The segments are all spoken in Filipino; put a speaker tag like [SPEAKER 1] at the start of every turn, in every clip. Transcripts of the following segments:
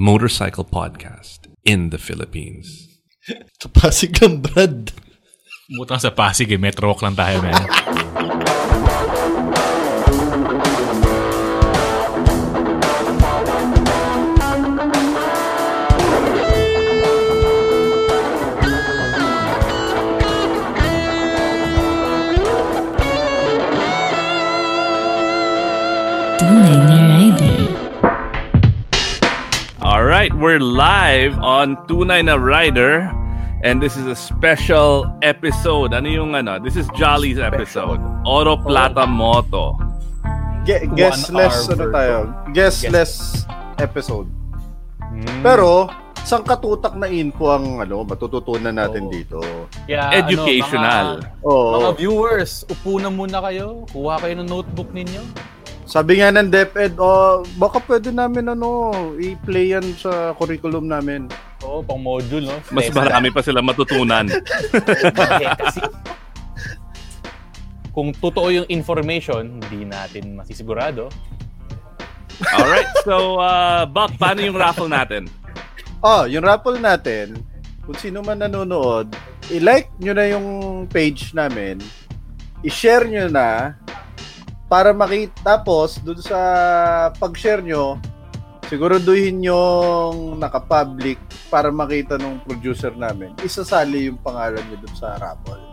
[SPEAKER 1] motorcycle podcast in the Philippines.
[SPEAKER 2] Sa Pasig ng Brad.
[SPEAKER 3] Butang sa Pasig eh, Metro Walk lang tayo, man.
[SPEAKER 4] Tunay na rider.
[SPEAKER 5] All right, we're live on Tunay na Rider, and this is a special episode. Ano yung ano? This is Jolly's episode. Oro Plata Moto.
[SPEAKER 6] Ge-
[SPEAKER 3] hour
[SPEAKER 6] guestless ano
[SPEAKER 3] version.
[SPEAKER 6] tayo? Guestless episode. Pero sang katutak na info ang ano matututunan natin
[SPEAKER 2] Oo.
[SPEAKER 6] dito.
[SPEAKER 2] Yeah,
[SPEAKER 5] Educational.
[SPEAKER 2] Ano, mga, mga
[SPEAKER 6] Oo.
[SPEAKER 2] viewers, upo na muna kayo. Kuha kayo ng notebook ninyo.
[SPEAKER 6] Sabi nga ng DepEd, oh, baka pwede namin ano i-play yan sa curriculum namin.
[SPEAKER 2] Oo, pang module, no?
[SPEAKER 5] Mas marami pa sila matutunan.
[SPEAKER 2] Kasi, kung totoo yung information, hindi natin masisigurado.
[SPEAKER 5] All right, so uh, Buck, paano yung raffle natin?
[SPEAKER 6] Oh, yung raffle natin, kung sino man nanonood, i-like nyo na yung page namin, i-share nyo na, para makita, tapos, dun sa pag-share nyo, siguraduhin yung naka-public para makita nung producer namin. Isasali yung pangalan nyo dun sa raffle.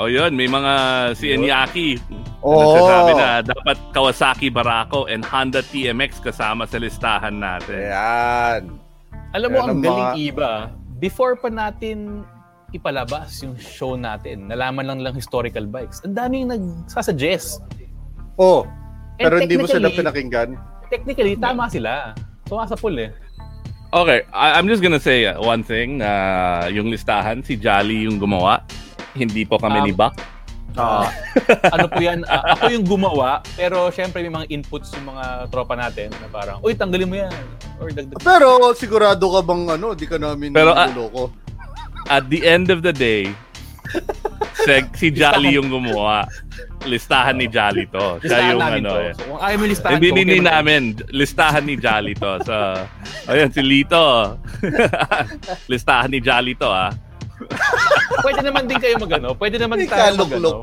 [SPEAKER 5] Oh, yun, may mga si Enyaki.
[SPEAKER 6] Oo.
[SPEAKER 5] Nagsasabi na dapat Kawasaki Barako and Honda TMX kasama sa listahan natin.
[SPEAKER 6] Ayan.
[SPEAKER 2] Alam mo,
[SPEAKER 6] Ayan
[SPEAKER 2] ang
[SPEAKER 6] ang
[SPEAKER 2] galing
[SPEAKER 6] mga-
[SPEAKER 2] iba. Before pa natin ipalabas yung show natin, nalaman lang lang historical bikes. Ang daming nagsasuggest.
[SPEAKER 6] Oh,
[SPEAKER 2] And
[SPEAKER 6] pero hindi mo sila
[SPEAKER 2] technically-
[SPEAKER 6] pinakinggan.
[SPEAKER 2] Technically, tama sila. Sumasapul eh.
[SPEAKER 5] Okay, I- I'm just gonna say uh, one thing. Uh, yung listahan, si Jolly yung gumawa. Hindi po kami
[SPEAKER 2] Um,
[SPEAKER 5] ni Buck.
[SPEAKER 2] Ah, ano po yan, ah, ako yung gumawa, pero syempre may mga inputs yung mga tropa natin na parang, uy, tanggalin mo yan. Or dagdag.
[SPEAKER 6] Pero sigurado ka bang ano, di ka namin
[SPEAKER 5] Pero, ah,
[SPEAKER 6] niloloko.
[SPEAKER 5] At the end of the day, si, si Jolly yung gumawa. Listahan ni Jolly to. Siya
[SPEAKER 2] Listahan
[SPEAKER 5] yung
[SPEAKER 2] namin
[SPEAKER 5] ano
[SPEAKER 2] to.
[SPEAKER 5] eh.
[SPEAKER 2] So, kung ayaw mo yung listahan
[SPEAKER 5] Eh,
[SPEAKER 2] ko,
[SPEAKER 5] binili
[SPEAKER 2] okay,
[SPEAKER 5] namin. Listahan ni Jolly to. So, ayun, si Lito. listahan ni Jolly to, ah.
[SPEAKER 2] Pwede naman din kayo magano. Pwede naman
[SPEAKER 6] May
[SPEAKER 2] tayo
[SPEAKER 6] kaluklok.
[SPEAKER 2] magano.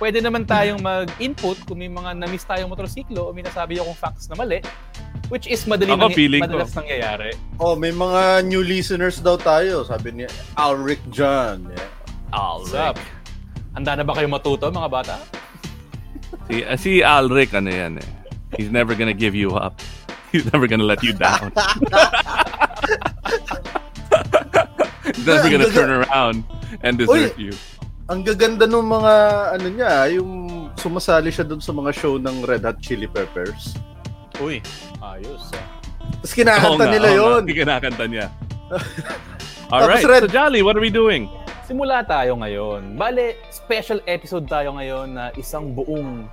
[SPEAKER 2] Pwede naman tayong mag-input kung may mga na-miss tayong motorsiklo o may nasabi akong facts na mali, which is madali
[SPEAKER 5] Ako,
[SPEAKER 2] mangi-
[SPEAKER 5] feeling ko.
[SPEAKER 2] madalas nangyayari.
[SPEAKER 6] Oh, may mga new listeners daw tayo, sabi ni Alric John. Yeah.
[SPEAKER 5] All
[SPEAKER 2] What's up? Handa na ba kayo matuto, mga bata?
[SPEAKER 5] Si, ah, si Alric, ano yan eh. He's never gonna give you up. He's never gonna let you down. He's never gonna turn around and desert you.
[SPEAKER 6] Ang gaganda ng mga ano niya, yung sumasali siya doon sa mga show ng Red Hot Chili Peppers.
[SPEAKER 2] Uy, ayos. ah.
[SPEAKER 6] Tapos kinakanta nila
[SPEAKER 5] oo
[SPEAKER 6] yun.
[SPEAKER 5] Hindi kinakanta niya. All right, so
[SPEAKER 6] Red-
[SPEAKER 5] Jolly, what are we doing?
[SPEAKER 2] simula tayo ngayon. Bale, special episode tayo ngayon na isang buong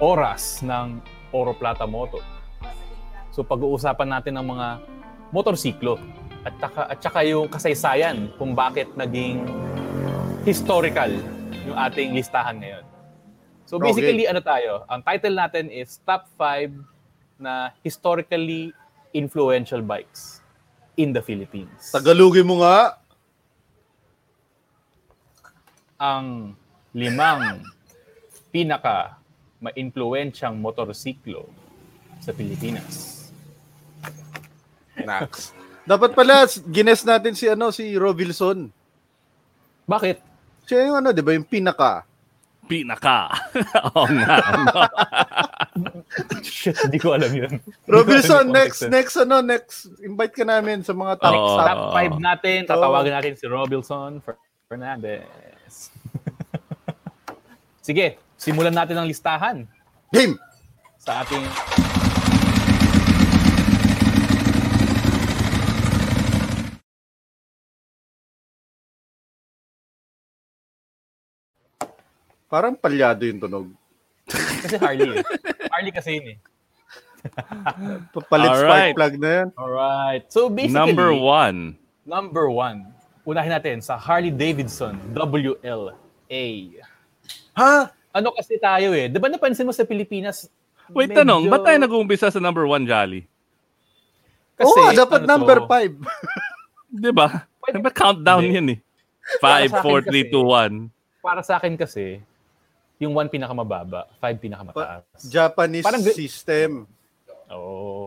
[SPEAKER 2] oras ng Oro Plata Moto. So pag-uusapan natin ng mga motorsiklo at saka, at saka yung kasaysayan kung bakit naging historical yung ating listahan ngayon. So
[SPEAKER 7] Okay.
[SPEAKER 2] basically ano tayo? Ang title natin is Top 5 na historically influential bikes in the Philippines.
[SPEAKER 6] Tagalugin mo nga.
[SPEAKER 2] ang limang pinaka maimpluwensyang motorsiklo sa Pilipinas.
[SPEAKER 6] Nax. Dapat pala, gines natin si ano si Rovilson.
[SPEAKER 2] Bakit?
[SPEAKER 6] Siya yung ano, di ba? Yung pinaka.
[SPEAKER 5] Pinaka. Oo nga.
[SPEAKER 2] Shit, hindi ko alam yun.
[SPEAKER 6] Rovilson, next, next ano, next, invite ka namin sa mga top,
[SPEAKER 2] Next
[SPEAKER 6] top
[SPEAKER 2] top 5 natin,
[SPEAKER 6] Oo.
[SPEAKER 2] tatawagan natin si Robilson Fer- Fernandez. Sige, simulan natin ang listahan.
[SPEAKER 6] Game!
[SPEAKER 2] Sa ating...
[SPEAKER 6] Parang palyado yung tunog.
[SPEAKER 2] Kasi Harley eh. Harley kasi yun eh.
[SPEAKER 6] Palit spark plug na yan.
[SPEAKER 2] Alright. So basically...
[SPEAKER 5] Number one.
[SPEAKER 2] Number one. Unahin natin sa Harley Davidson WLA.
[SPEAKER 5] Ha?
[SPEAKER 2] Ano kasi tayo eh. Di ba napansin mo sa Pilipinas?
[SPEAKER 5] Wait,
[SPEAKER 2] medyo-
[SPEAKER 5] tanong. Ba't tayo nag-uumpisa sa number one, Jolly?
[SPEAKER 2] Kasi,
[SPEAKER 6] Oo, Oh, dapat
[SPEAKER 2] ano to?
[SPEAKER 6] number 5.
[SPEAKER 5] Di ba? Diba countdown yun eh?
[SPEAKER 2] Para
[SPEAKER 5] 5,
[SPEAKER 2] sa akin
[SPEAKER 5] 4, 3,
[SPEAKER 2] kasi-
[SPEAKER 5] 2, 1.
[SPEAKER 2] Para sa akin kasi, yung one pinakamababa, five pinakamataas.
[SPEAKER 6] Japanese
[SPEAKER 2] Parang gra-
[SPEAKER 6] system.
[SPEAKER 2] Oo.
[SPEAKER 6] Oh,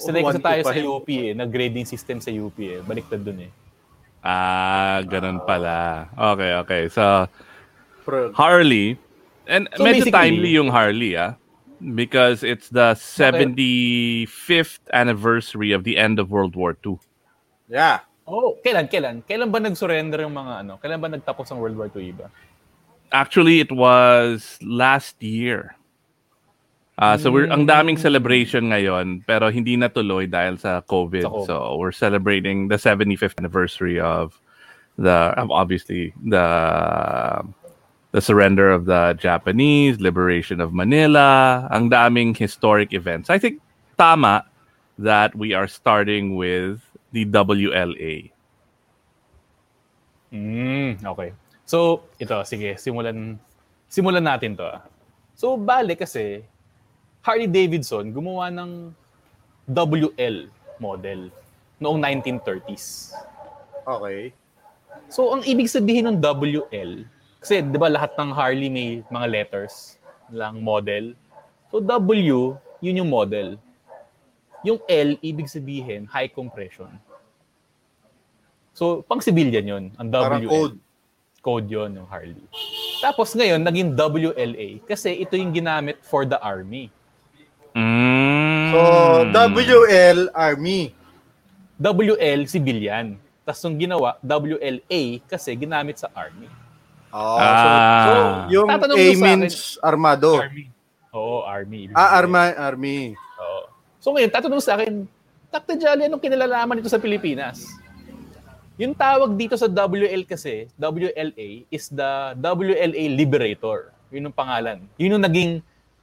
[SPEAKER 2] Sanay
[SPEAKER 6] one
[SPEAKER 2] kasi tayo
[SPEAKER 6] to
[SPEAKER 2] sa
[SPEAKER 6] five.
[SPEAKER 2] UP eh, na grading system sa UP eh. Baliktad dun eh.
[SPEAKER 5] Ah, ganun pala. Okay, okay. So,
[SPEAKER 6] Pro-
[SPEAKER 5] Harley, and
[SPEAKER 2] So,
[SPEAKER 5] medyo
[SPEAKER 2] basically-
[SPEAKER 5] timely yung Harley, ah. Because it's the 75th anniversary of the end of World War II.
[SPEAKER 6] Yeah.
[SPEAKER 2] Oh, kailan, kailan? Kailan ba nag-surrender yung mga ano? Kailan ba nagtapos ang World War II iba?
[SPEAKER 5] Actually, it was last year. Ah, so we're ang daming
[SPEAKER 2] Hmm.
[SPEAKER 5] celebration ngayon pero hindi natuloy dahil sa COVID.
[SPEAKER 2] Sa COVID.
[SPEAKER 5] So we're celebrating the 75th anniversary of the of obviously the the surrender of the Japanese, liberation of Manila, ang daming historic events. I think tama that we are starting with the WLA.
[SPEAKER 2] Mm, okay. So, ito, sige, simulan simulan natin to. ah. So, bale kasi, Harley Davidson gumawa ng WL model noong 1930s.
[SPEAKER 6] Okay.
[SPEAKER 2] So, ang ibig sabihin ng WL, kasi di ba lahat ng Harley may mga letters lang model. So, W, yun yung model. Yung L, ibig sabihin, high compression. So, pang civilian yun, ang
[SPEAKER 6] Parang
[SPEAKER 2] WL
[SPEAKER 6] code.
[SPEAKER 2] code yon ng Harley. Tapos ngayon, naging WLA kasi ito yung ginamit for the army.
[SPEAKER 5] Mm.
[SPEAKER 6] So,
[SPEAKER 5] Hmm.
[SPEAKER 6] WL Army.
[SPEAKER 2] WL, civilian. Tapos yung ginawa, WLA kasi ginamit sa army.
[SPEAKER 6] Oh,
[SPEAKER 5] Ah.
[SPEAKER 6] so, so, yung
[SPEAKER 2] Tatanong
[SPEAKER 6] A
[SPEAKER 2] mo sa
[SPEAKER 6] means armado.
[SPEAKER 2] Army. Oo, army. Ibig
[SPEAKER 6] Ah,
[SPEAKER 2] sabihin.
[SPEAKER 6] arma, army.
[SPEAKER 2] Oo. So ngayon, tatanong sa akin, Dr. Jolly, anong kinalalaman nito sa Pilipinas? Yung tawag dito sa WL kasi, WLA, is the WLA Liberator. Yun ang pangalan. Yun yung naging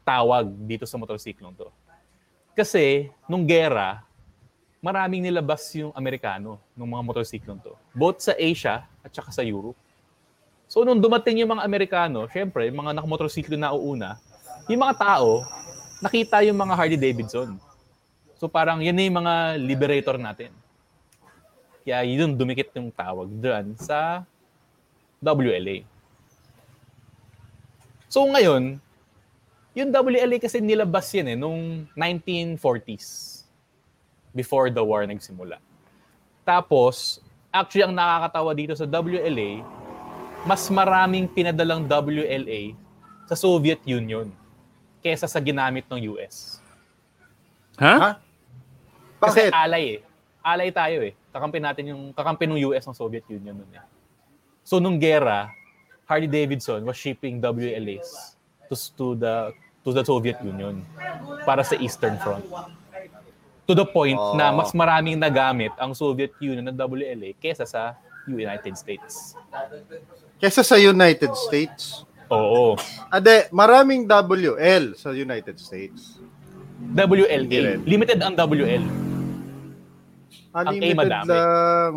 [SPEAKER 2] tawag dito sa motorsiklong to. Kasi, nung gera, maraming nilabas yung Amerikano ng mga motorsiklong to. Both sa Asia at saka sa Europe. So, nung dumating yung mga Amerikano, syempre, yung mga nakamotorsiklo na uuna, yung mga tao, nakita yung mga Harley Davidson. So parang yan na yung mga liberator natin. Kaya yun dumikit yung tawag dyan sa WLA. So ngayon, yung WLA kasi nilabas yan eh nung 1940s before the war nagsimula. Tapos, actually ang nakakatawa dito sa WLA, mas maraming pinadalang WLA sa Soviet Union kesa sa ginamit ng US.
[SPEAKER 5] Huh?
[SPEAKER 6] Ha? Bakit?
[SPEAKER 2] Kasi alay eh. Alay tayo eh. Kakampi natin yung kakampi ng US ng Soviet Union noon eh. So nung gera, Harley Davidson was shipping WLAs to, to the to the Soviet Union para sa Eastern Front.
[SPEAKER 6] Oh.
[SPEAKER 2] To the point na mas maraming nagamit ang Soviet Union ng WLA kesa sa United States.
[SPEAKER 6] Kesa sa United States.
[SPEAKER 2] Oo.
[SPEAKER 6] Ade, maraming WL sa United States. Hindi
[SPEAKER 2] WLA.
[SPEAKER 6] rin.
[SPEAKER 2] Limited ang WL.
[SPEAKER 6] Ah,
[SPEAKER 2] Ang A,
[SPEAKER 6] limited
[SPEAKER 2] madami.
[SPEAKER 6] lang.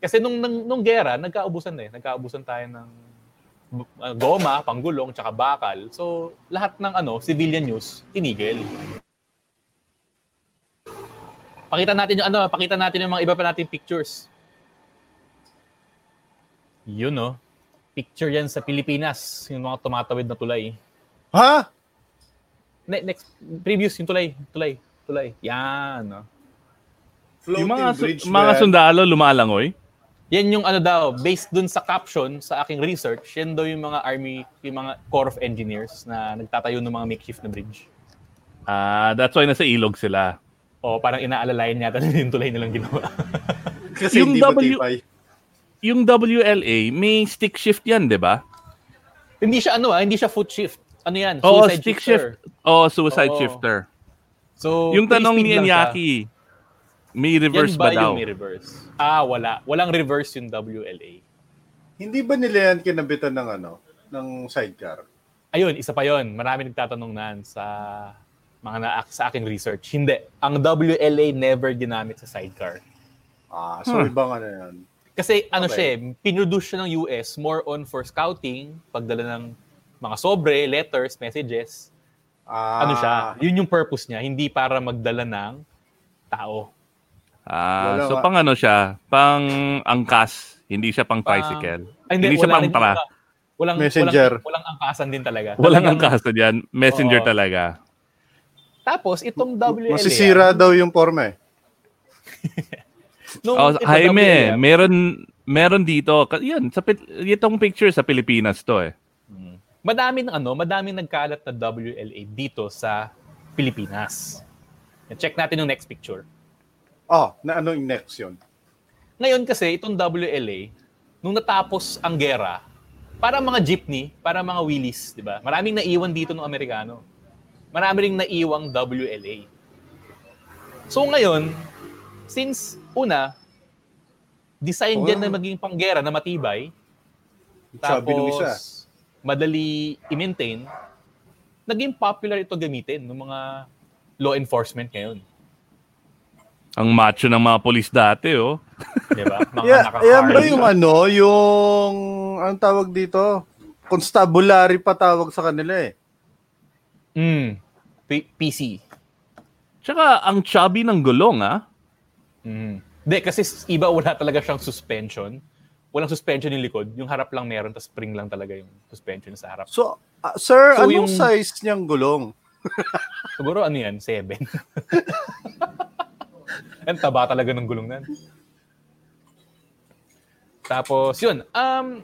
[SPEAKER 2] Kasi nung, nung, nung gera, nagkaubusan na eh. Nagkaubusan tayo ng uh, goma, panggulong, tsaka bakal. So, lahat ng ano, civilian news, tinigil. Pakita natin yung ano, pakita natin yung mga iba pa nating pictures. Yun oh. Picture yan sa Pilipinas, yung mga tumatawid na tulay.
[SPEAKER 6] Ha?
[SPEAKER 2] Ne- next, previous yung tulay, tulay, tulay. Yan, oh. no?
[SPEAKER 6] Floating
[SPEAKER 5] Yung mga, su-
[SPEAKER 6] bridge na
[SPEAKER 5] mga
[SPEAKER 6] yan.
[SPEAKER 5] sundalo lumalangoy.
[SPEAKER 2] Yan yung ano daw, based dun sa caption sa aking research, yan daw yung mga army, yung mga corps of engineers na nagtatayo ng mga makeshift na bridge.
[SPEAKER 5] Ah, that's why nasa ilog sila.
[SPEAKER 2] O parang inaalalayan yata nila yung tulay nilang ginawa.
[SPEAKER 6] Kasi
[SPEAKER 5] Yung
[SPEAKER 6] hindi
[SPEAKER 5] W-
[SPEAKER 6] matibay.
[SPEAKER 5] Yung WLA, may stick shift 'yan, 'di ba?
[SPEAKER 2] hindi siya ano ah, hindi siya foot shift. Ano yan?
[SPEAKER 5] Oo,
[SPEAKER 2] Suicide
[SPEAKER 5] stick
[SPEAKER 2] shifter.
[SPEAKER 5] shift. Oo, suicide
[SPEAKER 2] Oo.
[SPEAKER 5] shifter.
[SPEAKER 2] So,
[SPEAKER 5] yung tanong
[SPEAKER 2] three-speed
[SPEAKER 5] ni
[SPEAKER 2] lang siya.
[SPEAKER 5] Anyaki, may reverse
[SPEAKER 2] yan ba,
[SPEAKER 5] ba, daw?
[SPEAKER 2] yung may reverse? Ah, wala. Walang reverse yung WLA.
[SPEAKER 6] Hindi ba nila yan kinabitan ng ano? ng sidecar.
[SPEAKER 2] Ayun, isa pa yon. Marami nagtatanong nan sa mga na sa aking research. Hindi. Ang WLA never ginamit sa sidecar.
[SPEAKER 5] Hmm.
[SPEAKER 6] Ah, so ibang ano yan.
[SPEAKER 2] Kasi ano
[SPEAKER 6] Okay.
[SPEAKER 2] siya, eh, pinroduce siya ng US more on for scouting, pagdala ng mga sobre, letters, messages.
[SPEAKER 6] Ah,
[SPEAKER 2] Ano siya, yun yung purpose niya, hindi para magdala ng tao.
[SPEAKER 5] Ah,
[SPEAKER 6] Wala
[SPEAKER 5] so
[SPEAKER 6] nga.
[SPEAKER 5] pang ano siya, pang angkas, hindi siya pang tricycle.
[SPEAKER 2] Ay,
[SPEAKER 5] hindi, siya
[SPEAKER 2] Um, Ah, wala
[SPEAKER 5] pang
[SPEAKER 2] rin
[SPEAKER 5] tra.
[SPEAKER 2] iba. Walang,
[SPEAKER 6] Messenger.
[SPEAKER 2] Walang, walang angkasan din talaga.
[SPEAKER 5] Walang
[SPEAKER 2] Talagang-
[SPEAKER 5] angkas na diyan, messenger
[SPEAKER 2] Oo.
[SPEAKER 5] talaga.
[SPEAKER 2] Tapos, itong WLA.
[SPEAKER 6] Masisira daw yung forma eh.
[SPEAKER 2] Nung
[SPEAKER 5] Oh,
[SPEAKER 2] itong
[SPEAKER 5] Jaime,
[SPEAKER 2] WLA
[SPEAKER 5] meron meron dito. Ka- Yan, sa pil- itong picture sa Pilipinas to eh.
[SPEAKER 2] madaming ano, madaming nagkalat na WLA dito sa Pilipinas. Check natin yung next picture.
[SPEAKER 6] Oh, na ano yung next yun?
[SPEAKER 2] Ngayon kasi itong WLA, nung natapos ang gera, para mga jeepney, para mga wheelies, 'di ba? Maraming naiwan dito ng Amerikano. Marami ring naiwang WLA. So ngayon, since una design
[SPEAKER 6] Oo
[SPEAKER 2] dyan
[SPEAKER 6] nga.
[SPEAKER 2] na maging panggera na matibay,
[SPEAKER 6] Oh. Sabi nung isa.
[SPEAKER 2] tapos madali i-maintain, naging popular ito gamitin ng mga law enforcement ngayon.
[SPEAKER 5] Ang macho ng mga polis dati, oh.
[SPEAKER 2] Di ba? Mga
[SPEAKER 6] Yeah, ayan ba
[SPEAKER 2] naka-Harley.
[SPEAKER 6] yung ano, yung, ang tawag dito? Constabulary pa tawag sa kanila eh.
[SPEAKER 2] Mm. P- PC.
[SPEAKER 5] Tsaka ang chubby ng gulong, ah.
[SPEAKER 2] Hindi, kasi s- iba wala talaga siyang suspension. Walang suspension yung likod. Yung harap lang meron, tapos spring lang talaga yung suspension sa harap.
[SPEAKER 6] So, ah, sir,
[SPEAKER 2] So,
[SPEAKER 6] anong
[SPEAKER 2] yung-
[SPEAKER 6] size niyang gulong?
[SPEAKER 2] Siguro ano yan? Seven. Ang taba talaga ng gulong nan. Tapos, yun. Um,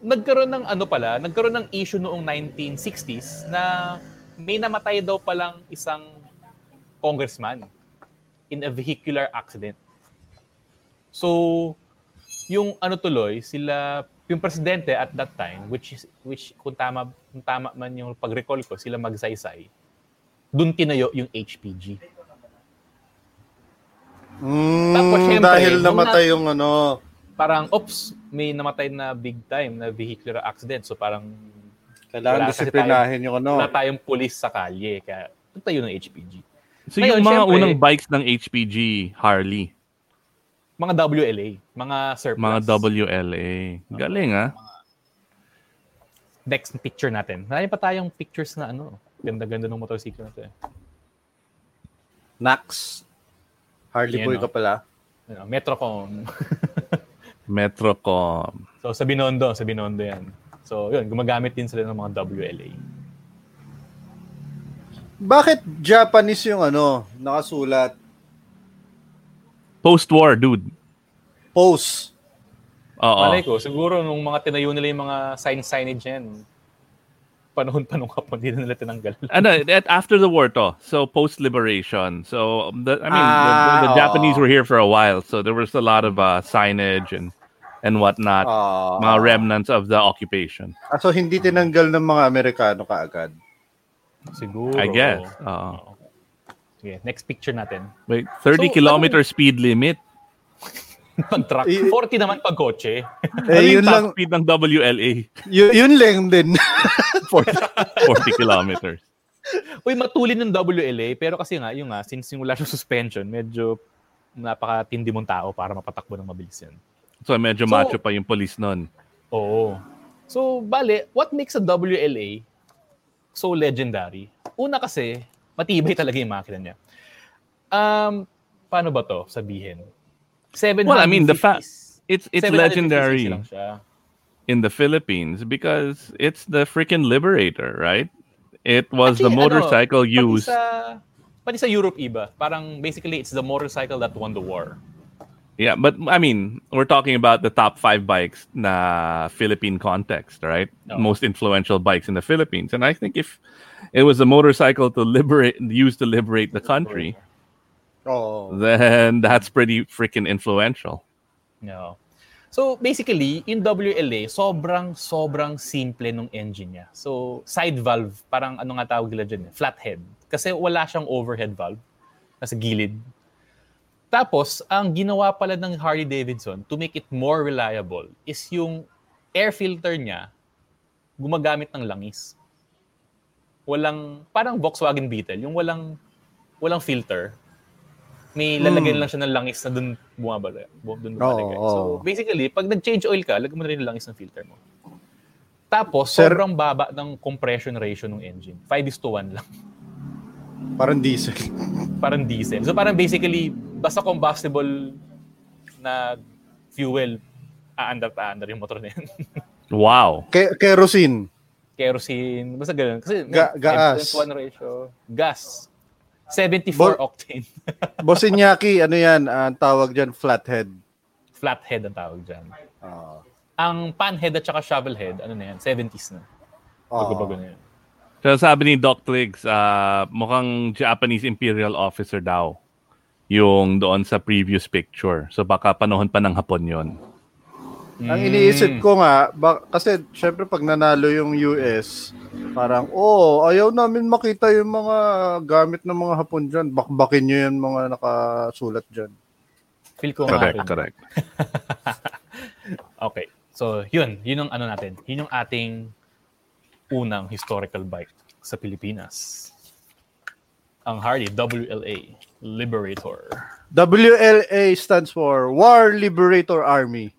[SPEAKER 2] nagkaroon ng ano pala, nagkaroon ng issue noong 1960s na may namatay daw palang isang congressman in a vehicular accident. So, yung ano tuloy, sila yung presidente at that time which is, which kung tama kung tama man yung pag-recall ko, sila magsaysay. Doon tinayo yung HPG.
[SPEAKER 6] Mm,
[SPEAKER 2] Tapos, Oh, syempre,
[SPEAKER 6] dahil
[SPEAKER 2] nung
[SPEAKER 6] namatay
[SPEAKER 2] na-
[SPEAKER 6] yung ano,
[SPEAKER 2] Parang ops, may namatay na big time na vehicular accident. So parang
[SPEAKER 6] kailangan
[SPEAKER 2] Wala kasi
[SPEAKER 6] disiplinahin yung ano.
[SPEAKER 2] wala tayong pulis sa kalye kaya nagtayo ng HPG.
[SPEAKER 5] So
[SPEAKER 2] Ngayon,
[SPEAKER 5] yung mga
[SPEAKER 2] syempre-
[SPEAKER 5] unang bikes ng HPG, Harley,
[SPEAKER 2] Mga WLA, mga surplus.
[SPEAKER 5] mga WLA. Galing, ah.
[SPEAKER 2] Next picture natin. Marami pa tayong pictures na ano, ganda-ganda ng motorsiklo natin.
[SPEAKER 6] Nax. Harley
[SPEAKER 2] Yan,
[SPEAKER 6] Boy
[SPEAKER 2] no?
[SPEAKER 6] ka pala.
[SPEAKER 2] Ano, Metrocom.
[SPEAKER 5] Metrocom.
[SPEAKER 2] So sa Binondo, sa Binondo yan. So yun, gumagamit din sila ng mga WLA.
[SPEAKER 6] Bakit Japanese yung ano, nakasulat?
[SPEAKER 5] Post-war, dude.
[SPEAKER 6] Pose.
[SPEAKER 5] Oo.
[SPEAKER 2] Malay ko, siguro nung mga tinayo nila yung mga sign-signage yan, panahon pa nung hapon, hindi na nila tinanggal.
[SPEAKER 5] Ano, at after the war to. So post-liberation. So, um, the, I mean,
[SPEAKER 6] Ah,
[SPEAKER 5] the, the
[SPEAKER 6] oo.
[SPEAKER 5] Japanese were here for a while. So there was a lot of uh, signage and and whatnot.
[SPEAKER 6] Ah.
[SPEAKER 5] mga remnants of the occupation.
[SPEAKER 6] Ah, so hindi tinanggal ng mga Amerikano kaagad.
[SPEAKER 2] Siguro.
[SPEAKER 5] I guess. Oo.
[SPEAKER 2] Oo. Sige, next picture natin.
[SPEAKER 5] Wait, 30
[SPEAKER 2] So,
[SPEAKER 5] kilometer speed limit.
[SPEAKER 2] Pag truck. 40 naman pag kotse.
[SPEAKER 5] Ano yung top speed ng WLA?
[SPEAKER 6] Y- yun lang din.
[SPEAKER 5] 40 kilometers.
[SPEAKER 2] Uy, matulin ng WLA. Pero kasi nga, yung nga, since yung wala siyang suspension, medyo napakatindi mong tao para mapatakbo ng mabilis yan.
[SPEAKER 5] So medyo
[SPEAKER 2] So-
[SPEAKER 5] macho pa yung police nun.
[SPEAKER 2] Oo. So, bale, what makes a WLA so legendary? Una kasi, matibay talaga yung makina niya. Um, paano ba to sabihin? 750
[SPEAKER 5] Well, I mean, the fact it's it's
[SPEAKER 2] 750
[SPEAKER 5] legendary
[SPEAKER 2] lang siya.
[SPEAKER 5] in the Philippines because it's the freaking liberator, right? It was the
[SPEAKER 2] Actually,
[SPEAKER 5] motorcycle
[SPEAKER 2] ano, pati
[SPEAKER 5] used.
[SPEAKER 2] Sa, pati sa Europe iba. Parang basically, it's the motorcycle that won the war.
[SPEAKER 5] Yeah, but I mean, we're talking about the top five bikes na Philippine context, right?
[SPEAKER 2] No.
[SPEAKER 5] Most influential bikes in the Philippines, and I think if it was a motorcycle to liberate, used to liberate the country,
[SPEAKER 6] Oo.
[SPEAKER 5] then that's pretty freaking influential.
[SPEAKER 2] No. So basically, in WLA, sobrang sobrang simple nung engine niya. So side valve, parang ano nga tawag nila dyan, eh, flathead. Kasi wala siyang overhead valve, nasa gilid. Tapos, ang ginawa pala ng Harley Davidson to make it more reliable is yung air filter niya gumagamit ng langis. Walang, parang Volkswagen Beetle, yung walang, walang filter. May lalagyan lang siya ng langis na dun bumabala. bu- Dun bumalagay.
[SPEAKER 6] Hmm. Oo,
[SPEAKER 2] so,
[SPEAKER 6] oo.
[SPEAKER 2] basically, pag nag-change oil ka, lagyan mo na rin yung langis ng filter mo. Tapos,
[SPEAKER 6] Sir-
[SPEAKER 2] sobrang baba ng compression ratio ng engine. 5 is to 1 lang.
[SPEAKER 6] Parang diesel.
[SPEAKER 2] parang diesel. So parang basically, basta combustible na fuel, aandar-aandar yung motor na yun.
[SPEAKER 5] Wow.
[SPEAKER 6] Ke- kerosene.
[SPEAKER 2] Kerosene, basta ganun. Kasi
[SPEAKER 6] Ga- gas.
[SPEAKER 2] 1 ratio. Gas. 74
[SPEAKER 6] Bol-
[SPEAKER 2] octane.
[SPEAKER 6] Boss Iñaki, ano yan? ah, Ang tawag dyan, flathead.
[SPEAKER 2] Flathead ang tawag dyan.
[SPEAKER 6] Oo.
[SPEAKER 2] Ang panhead at saka shovelhead, ano na yan, 70s na. Bago-bago na yan.
[SPEAKER 5] So sabi ni Doc Tliggs, uh, mukhang Japanese Imperial Officer daw yung doon sa previous picture. So baka panahon pa ng Hapon yon.
[SPEAKER 6] Ang
[SPEAKER 2] Mm.
[SPEAKER 6] iniisip ko nga, ba- kasi syempre pag nanalo yung US, parang, oh, ayaw namin makita yung mga gamit ng mga Hapon dyan. Bakbakin nyo yung mga nakasulat dyan.
[SPEAKER 2] Feel ko nga
[SPEAKER 5] Correct,
[SPEAKER 2] ako.
[SPEAKER 5] correct.
[SPEAKER 2] Okay. So, yun. Yun ang ano natin. Yun yung ating unang historical bike sa Pilipinas. Ang Harley WLA Liberator.
[SPEAKER 6] WLA stands for War Liberator Army.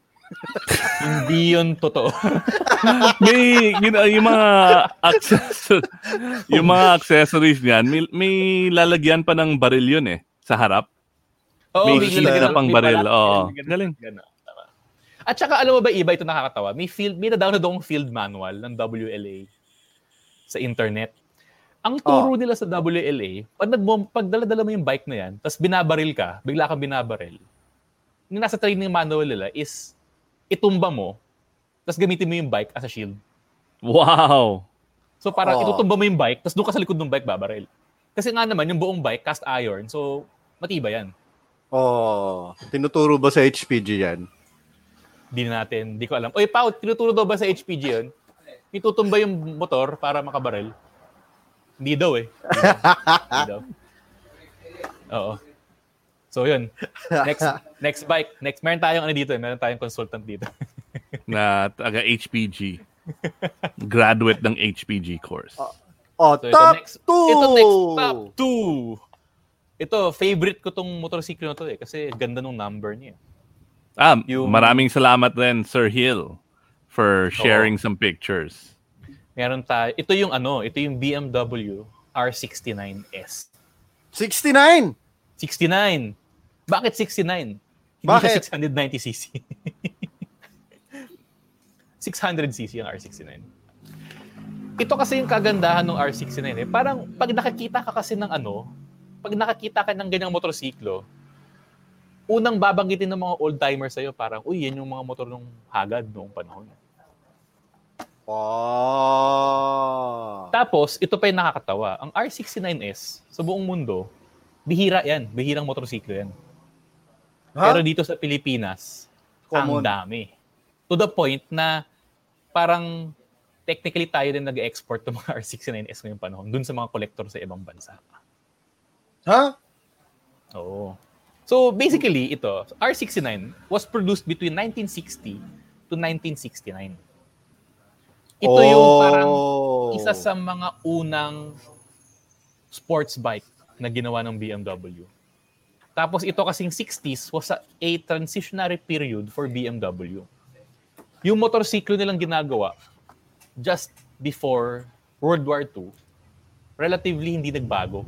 [SPEAKER 2] Hindi yun totoo.
[SPEAKER 5] may yun, uh, yung mga accessories, yung mga accessories niyan, may, may lalagyan pa ng baril yun eh sa harap.
[SPEAKER 2] Oo,
[SPEAKER 5] May
[SPEAKER 2] bigla
[SPEAKER 5] shield
[SPEAKER 2] ganun.
[SPEAKER 5] na pang
[SPEAKER 2] May
[SPEAKER 5] baril,
[SPEAKER 2] balat.
[SPEAKER 5] oo.
[SPEAKER 2] Ganun,
[SPEAKER 5] Galing.
[SPEAKER 2] ganun. Tama. At saka alam mo ba iba ito nakakatawa? May field may na-download akong field manual ng WLA sa internet. Ang turo
[SPEAKER 5] Oh.
[SPEAKER 2] nila sa WLA, pag nagmo pag dala-dala mo yung bike na yan, tapos binabaril ka, bigla kang binabaril. Yung nasa training manual nila is itumba mo, tapos gamitin mo yung bike as a shield.
[SPEAKER 5] Wow!
[SPEAKER 2] So
[SPEAKER 5] Oh.
[SPEAKER 2] parang
[SPEAKER 6] Oo.
[SPEAKER 2] itutumba mo yung bike, tapos doon ka sa likod ng bike babaril. Kasi nga naman, yung buong bike, cast iron, so matiba yan.
[SPEAKER 6] Oh, tinuturo ba sa HPG yan?
[SPEAKER 2] di na natin, di ko alam. Oy, Pao, tinuturo daw ba sa HPG yun? Itutumba yung motor para makabarel? Hindi daw eh. Hindi daw. Hindi daw. Oo. So yun. Next next bike. Next, meron tayong ano dito, eh, meron tayong consultant dito.
[SPEAKER 5] Na taga HPG. Graduate ng HPG course.
[SPEAKER 2] Ah,
[SPEAKER 6] Oh,
[SPEAKER 2] So,
[SPEAKER 6] top
[SPEAKER 2] next,
[SPEAKER 6] 2!
[SPEAKER 2] ito next, top 2. Ito, favorite ko tong motorsiklo na to eh, kasi ganda nung number niya. eh.
[SPEAKER 5] Ah,
[SPEAKER 2] yung-
[SPEAKER 5] maraming salamat rin, Sir Hill, for sharing some pictures.
[SPEAKER 2] Meron tayo, ito yung ano, ito yung BMW R69S.
[SPEAKER 6] 69!
[SPEAKER 2] 69. Bakit 69? Hindi
[SPEAKER 6] Bakit?
[SPEAKER 2] siya 690cc. 600cc ang R69. Ito kasi yung kagandahan ng R69 eh. Parang pag nakakita ka kasi ng ano, pag nakakita ka ng ganyang motorsiklo, unang babanggitin ng mga old-timers sa'yo, parang, uy, yan yung mga motor nung hagad noong panahon.
[SPEAKER 6] Oh.
[SPEAKER 2] Tapos, ito pa yung nakakatawa. Ang R69S, sa buong mundo, bihira yan. Bihirang motorsiklo yan.
[SPEAKER 6] Ha?
[SPEAKER 2] Pero dito sa Pilipinas,
[SPEAKER 6] Common.
[SPEAKER 2] ang dami. To the point na parang technically tayo din nag-export ng mga R69S ngayong panahon dun sa mga collector sa ibang bansa.
[SPEAKER 6] Ha?
[SPEAKER 2] Oo. So basically, ito, R69 was produced between 1960 to 1969. Ito yung parang isa sa mga unang sports bike na ginawa ng BMW. Tapos ito kasing 60s was a, a transitionary period for BMW. Yung motorsiklo nilang ginagawa just before World War II, relatively hindi nagbago.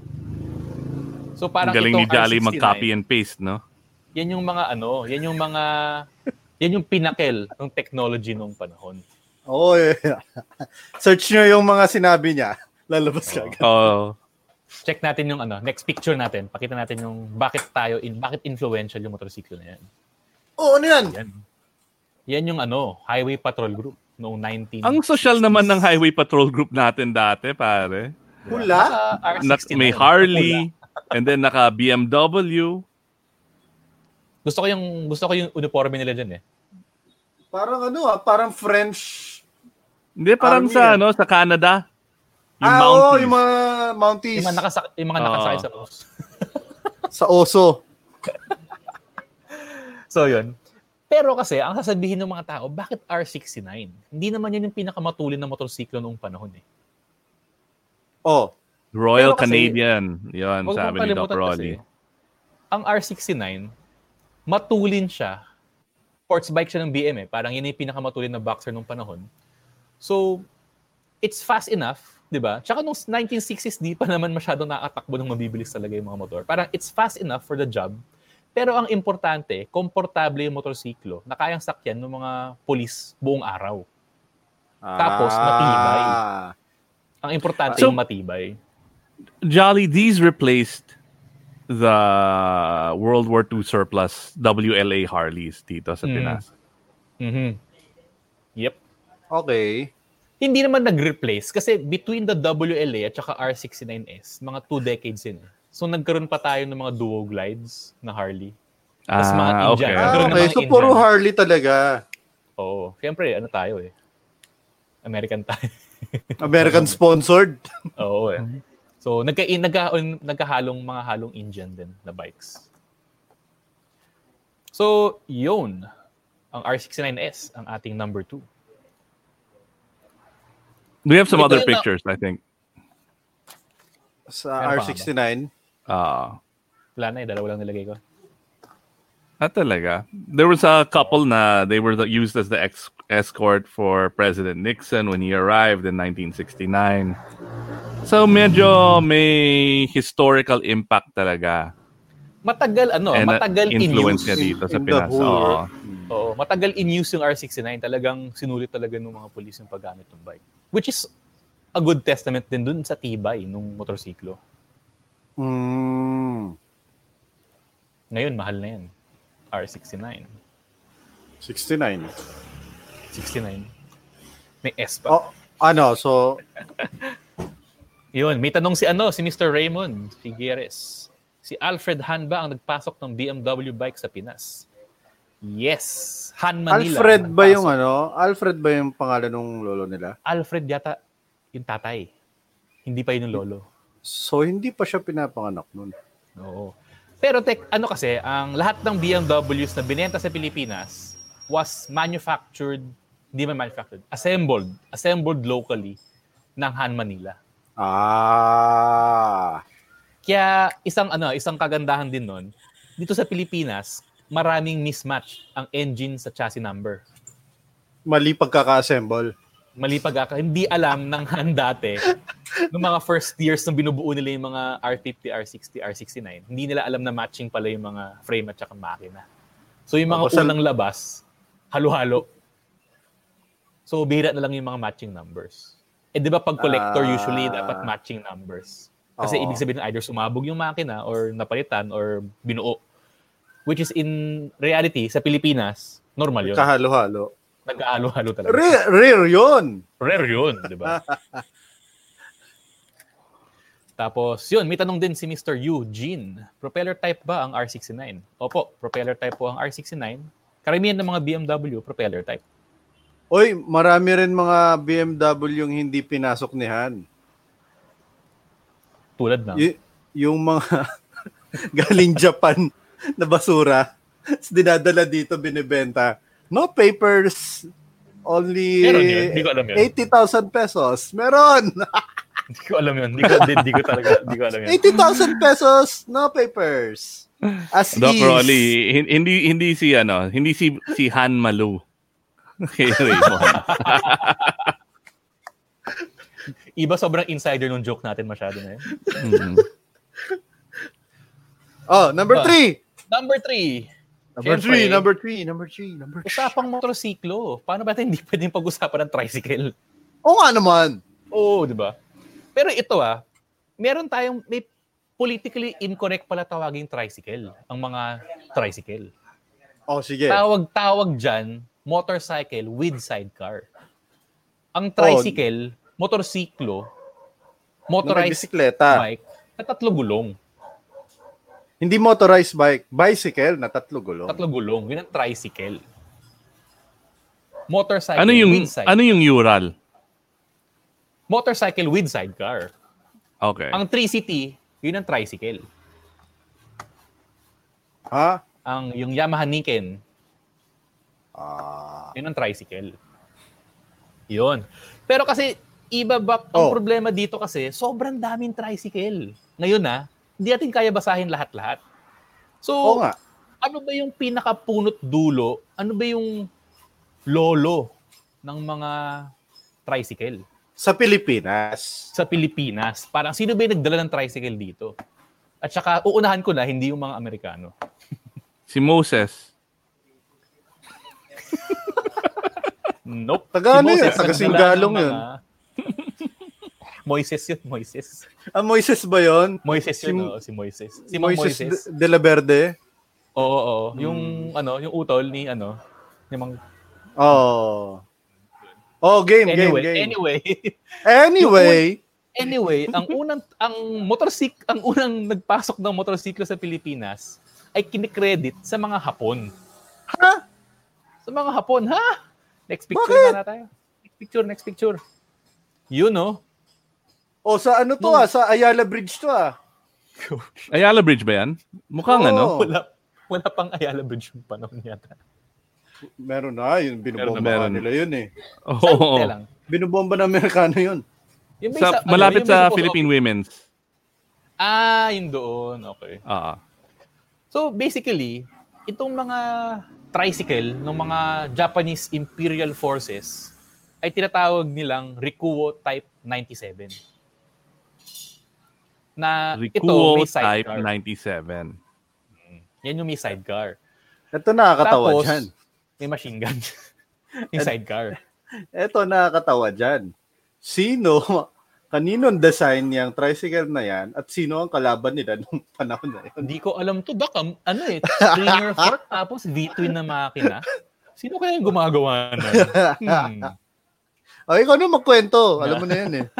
[SPEAKER 2] So
[SPEAKER 5] Ang
[SPEAKER 2] parang
[SPEAKER 5] galing ni
[SPEAKER 2] itong
[SPEAKER 5] Jolly
[SPEAKER 2] R69,
[SPEAKER 5] mag-copy and paste, no?
[SPEAKER 2] yan yung mga ano, yan yung mga yan yung pinakel ng technology nung panahon.
[SPEAKER 6] Oo. eh. Search nyo yung mga sinabi niya. Lalabas ka agad.
[SPEAKER 5] Oo.
[SPEAKER 2] Check natin yung ano, next picture natin. Pakita natin yung bakit tayo in bakit influential yung motorsiklo na yan.
[SPEAKER 6] Oo, ano yan?
[SPEAKER 2] Yan. Yan yung ano, Highway Patrol Group noong 19.
[SPEAKER 5] Ang social naman ng highway patrol group natin dati, pare.
[SPEAKER 6] Hula?
[SPEAKER 2] Ah, R69.
[SPEAKER 5] Nak- may Harley, and then naka BMW.
[SPEAKER 2] Gusto ko yung gusto ko yung uniforme nila diyan eh.
[SPEAKER 6] Parang ano ah, parang French.
[SPEAKER 5] Hindi, parang
[SPEAKER 6] Army
[SPEAKER 5] sa,
[SPEAKER 6] yan.
[SPEAKER 5] ano, sa Canada. Yung
[SPEAKER 6] ah, oo,
[SPEAKER 5] Mounties.
[SPEAKER 6] yung mga Mounties.
[SPEAKER 2] Yung mga nakasak yung mga
[SPEAKER 5] Oo.
[SPEAKER 2] nakasakay sa bus.
[SPEAKER 6] Sa oso.
[SPEAKER 2] So yun. Pero kasi ang sasabihin ng mga tao, bakit R69? Hindi naman yan yung pinakamatulin na motorsiklo noong panahon eh.
[SPEAKER 6] Oh.
[SPEAKER 5] Royal
[SPEAKER 2] Pero kasi-
[SPEAKER 5] Canadian. Yun,
[SPEAKER 2] Huwag
[SPEAKER 5] sabi
[SPEAKER 2] mong
[SPEAKER 5] ni Doc
[SPEAKER 2] kalimutan kasi,
[SPEAKER 5] Rolly.
[SPEAKER 2] ang R69, matulin siya. Sports bike siya ng BM eh. Parang yun yung pinakamatulin na boxer nung panahon. So, it's fast enough, di ba? Tsaka nung 1960s, di pa naman masyadong nakatakbo ng mabibilis talaga yung mga motor. Parang it's fast enough for the job. Pero ang importante, komportable yung motorsiklo na kayang sakyan ng mga polis buong araw. Tapos, matibay.
[SPEAKER 6] Ah,
[SPEAKER 2] Ang importante
[SPEAKER 5] Ah. So-
[SPEAKER 2] yung matibay.
[SPEAKER 5] Jolly, these replaced the World War II surplus WLA Harleys dito sa Pinas.
[SPEAKER 2] Mhm. Yep.
[SPEAKER 6] Okay.
[SPEAKER 2] hindi naman nag-replace kasi between the WLA at saka R69S, mga two decades yun. eh. So nagkaroon pa tayo ng mga duo glides na Harley. Mas mga
[SPEAKER 5] Ah, okay.
[SPEAKER 6] Ah,
[SPEAKER 2] Indian. Meron
[SPEAKER 6] okay.
[SPEAKER 2] namang
[SPEAKER 6] So,
[SPEAKER 2] Indian.
[SPEAKER 6] puro Harley talaga.
[SPEAKER 2] Oo. Siyempre, ano tayo eh. American tayo.
[SPEAKER 6] American
[SPEAKER 2] Ano?
[SPEAKER 6] sponsored.
[SPEAKER 2] Oo eh. So nagka nagka nagkahalong mga halong Indian din na bikes. So, yun ang R69S, ang ating number 2.
[SPEAKER 5] We have some
[SPEAKER 2] Ito
[SPEAKER 5] other
[SPEAKER 2] yun na-
[SPEAKER 5] pictures, I think.
[SPEAKER 6] Sa
[SPEAKER 2] Meron Ano pa
[SPEAKER 6] R69.
[SPEAKER 5] Ah.
[SPEAKER 2] Wala na eh, dalawa lang nilagay ko.
[SPEAKER 5] Ah, talaga? There was a couple na they were the, used as the ex- escort for President Nixon when he arrived in 1969. So medyo may historical impact talaga.
[SPEAKER 2] Matagal ano,
[SPEAKER 5] and uh,
[SPEAKER 2] matagal in
[SPEAKER 5] influence
[SPEAKER 2] use.
[SPEAKER 5] niya dito sa
[SPEAKER 6] in the
[SPEAKER 5] Pinas.
[SPEAKER 6] whole
[SPEAKER 5] Oo.
[SPEAKER 6] world.
[SPEAKER 2] Oo, matagal in use yung R69. Talagang sinulit talaga ng mga polis yung paggamit ng bike. Which is a good testament din dun sa tibay nung motorsiklo.
[SPEAKER 6] Mm.
[SPEAKER 2] Ngayon, mahal na yan. R69.
[SPEAKER 6] 69.
[SPEAKER 2] 69. May S pa.
[SPEAKER 6] Oh, ano, so,
[SPEAKER 2] Yun, may tanong si ano, si Mr. Raymond Figueres. Si Alfred Han ba ang nagpasok ng BMW bike sa Pinas? Yes. Han Manila.
[SPEAKER 6] Alfred
[SPEAKER 2] ang
[SPEAKER 6] ba yung
[SPEAKER 2] nagpasok.
[SPEAKER 6] ano? Alfred ba yung pangalan ng lolo nila?
[SPEAKER 2] Alfred yata yung tatay. Hindi pa yun yung lolo.
[SPEAKER 6] So, hindi pa siya pinapanganak nun.
[SPEAKER 2] Oo. Pero tek, ano kasi, ang lahat ng BMWs na binenta sa Pilipinas was manufactured, hindi man manufactured, assembled, assembled locally ng Han Manila.
[SPEAKER 6] Ah.
[SPEAKER 2] Kaya isang ano, isang kagandahan din nun, dito sa Pilipinas, maraming mismatch ang engine sa chassis number.
[SPEAKER 6] Mali pagkaka-assemble.
[SPEAKER 2] Mali pag aka- hindi alam ng Han dati, nung mga first years nung binubuo nila yung mga R50, R60, R69, hindi nila alam na matching pala yung mga frame at saka makina. So yung mga
[SPEAKER 6] Tapos al-
[SPEAKER 2] unang labas, halo-halo. So bihira na lang yung mga matching numbers. Eh di ba pag collector
[SPEAKER 6] Ah.
[SPEAKER 2] usually dapat matching numbers. Kasi
[SPEAKER 6] Oo.
[SPEAKER 2] ibig sabihin either sumabog yung makina or napalitan or binuo. Which is in reality, sa Pilipinas, normal yun.
[SPEAKER 6] Kahalo-halo.
[SPEAKER 2] Nagkaalo-halo talaga.
[SPEAKER 6] Rare, rare yun.
[SPEAKER 2] Rare yun, di ba? Tapos, yun, may tanong din si Mr. Eugene. Propeller type ba ang R69? Opo, propeller type po ang R69. Karamihan ng mga BMW, propeller type.
[SPEAKER 6] Oy, marami rin mga BMW yung hindi pinasok ni Han.
[SPEAKER 2] Tulad ng Ah.
[SPEAKER 6] Y- yung mga galing Japan. na basura. Tapos dinadala dito, binibenta. No papers, only
[SPEAKER 2] Meron yun. Hindi ko alam yun.
[SPEAKER 6] 80,000 pesos. Meron!
[SPEAKER 2] Hindi ko alam yun. Hindi ko, di, di ko talaga, di ko alam yun.
[SPEAKER 6] 80,000 pesos, no papers. As
[SPEAKER 5] Doc
[SPEAKER 6] is.
[SPEAKER 5] Rolly, hin- hindi hindi si ano, hindi si si Han Malu. Okay, Raymond.
[SPEAKER 2] Iba sobrang insider nung joke natin masyado na yun.
[SPEAKER 5] Mm.
[SPEAKER 6] Oh, number
[SPEAKER 2] Ba?
[SPEAKER 6] three!
[SPEAKER 2] Number three.
[SPEAKER 6] Number
[SPEAKER 2] Siyempre.
[SPEAKER 6] three, number three, number three, number three.
[SPEAKER 2] Usapang motorsiklo. Paano ba tayo hindi pwedeng pag-usapan ng tricycle?
[SPEAKER 6] Oo nga naman.
[SPEAKER 2] Oo, di ba? Pero ito ah, meron tayong, may politically incorrect pala tawaging tricycle. Ang mga tricycle.
[SPEAKER 6] Oh, sige.
[SPEAKER 2] Tawag-tawag dyan, motorcycle with sidecar. Ang tricycle, motorsiklo,
[SPEAKER 6] Nung may
[SPEAKER 2] motorized
[SPEAKER 6] bisikleta.
[SPEAKER 2] bike, na tatlo gulong.
[SPEAKER 6] Hindi motorized bike, bicycle na tatlo gulong.
[SPEAKER 2] Tatlo gulong. Yun ang tricycle. Motorcycle
[SPEAKER 5] ano yung
[SPEAKER 2] with sidecar.
[SPEAKER 5] ano yung Ural?
[SPEAKER 2] Motorcycle with sidecar.
[SPEAKER 5] Okay.
[SPEAKER 2] Ang 3CT, yun ang tricycle.
[SPEAKER 6] Ha?
[SPEAKER 2] Ang yung Yamaha Niken,
[SPEAKER 6] Ah.
[SPEAKER 2] yun ang tricycle. Yun. Pero kasi, iba ba, ang
[SPEAKER 6] Oh.
[SPEAKER 2] problema dito kasi, sobrang daming tricycle. Ngayon na, hindi natin kaya basahin lahat-lahat. So,
[SPEAKER 6] Oo nga.
[SPEAKER 2] ano ba yung pinakapunot dulo? Ano ba yung lolo ng mga tricycle?
[SPEAKER 6] Sa Pilipinas.
[SPEAKER 2] sa Pilipinas. Parang sino ba yung nagdala ng tricycle dito? At saka, uunahan ko na, hindi yung mga Amerikano.
[SPEAKER 5] si Moses.
[SPEAKER 2] Nope.
[SPEAKER 6] Taga ano yun?
[SPEAKER 2] ang
[SPEAKER 6] Taga
[SPEAKER 2] nagdala
[SPEAKER 6] Singalong
[SPEAKER 2] ng
[SPEAKER 6] yun.
[SPEAKER 2] mga- Moises yun, Moises.
[SPEAKER 6] Ang Ah, Moises ba yun?
[SPEAKER 2] Moises yun,
[SPEAKER 6] Si-
[SPEAKER 2] oo, si Moises. Si Mang Moises.
[SPEAKER 6] De, de la Verde?
[SPEAKER 2] Oo, oo, oo. Yung,
[SPEAKER 6] Hmm.
[SPEAKER 2] ano, yung utol ni, ano, ni Mang...
[SPEAKER 6] Oh. Oh, game,
[SPEAKER 2] Anyway,
[SPEAKER 6] game, game.
[SPEAKER 2] anyway.
[SPEAKER 6] Anyway,
[SPEAKER 2] anyway, ang unang, ang motorsik, ang unang nagpasok ng motorsiklo sa Pilipinas ay kinikredit sa mga Hapon.
[SPEAKER 6] ha?
[SPEAKER 2] Sa mga hapon, ha? Next picture
[SPEAKER 6] Bakit?
[SPEAKER 2] na tayo. Next picture, next picture. Yun, oh. no?
[SPEAKER 6] O sa ano to
[SPEAKER 2] No.
[SPEAKER 6] ah, sa Ayala Bridge to ah.
[SPEAKER 5] Ayala Bridge ba yan? Mukhang
[SPEAKER 6] Oo.
[SPEAKER 5] ano?
[SPEAKER 2] Wala, wala pang Ayala Bridge yung panahon yata.
[SPEAKER 6] Meron na, yun binubomba
[SPEAKER 5] Meron na, meron.
[SPEAKER 6] nila yun eh.
[SPEAKER 5] Oo.
[SPEAKER 2] Saan? Teka lang.
[SPEAKER 6] Binubomba ng Amerikano yun.
[SPEAKER 2] Yung may
[SPEAKER 5] Sa,
[SPEAKER 2] ano,
[SPEAKER 5] malapit
[SPEAKER 2] yung may
[SPEAKER 5] sa
[SPEAKER 2] Poso-
[SPEAKER 5] Philippine Women's.
[SPEAKER 2] Ah, yun doon. Okay.
[SPEAKER 5] Ah.
[SPEAKER 2] So, basically, itong mga tricycle ng mga Japanese Imperial Forces ay tinatawag nilang Rikuo Type 97. Na Ah, ito
[SPEAKER 5] Rikuo
[SPEAKER 2] may
[SPEAKER 5] Type
[SPEAKER 2] sidecar.
[SPEAKER 5] 97.
[SPEAKER 2] Yan yung may sidecar.
[SPEAKER 6] Ito nakakatawa
[SPEAKER 2] Tapos,
[SPEAKER 6] dyan.
[SPEAKER 2] may machine gun. yung sidecar.
[SPEAKER 6] Ito nakakatawa dyan. Sino, kaninong design niyang tricycle na yan at sino ang kalaban nila nung panahon na yun?
[SPEAKER 2] Hindi ko alam to. Baka, ano eh, Springer fork, tapos V-twin na makina. Sino kaya yung gumagawa na? Hmm.
[SPEAKER 6] Ay, ikaw na magkwento. Alam mo na yan eh.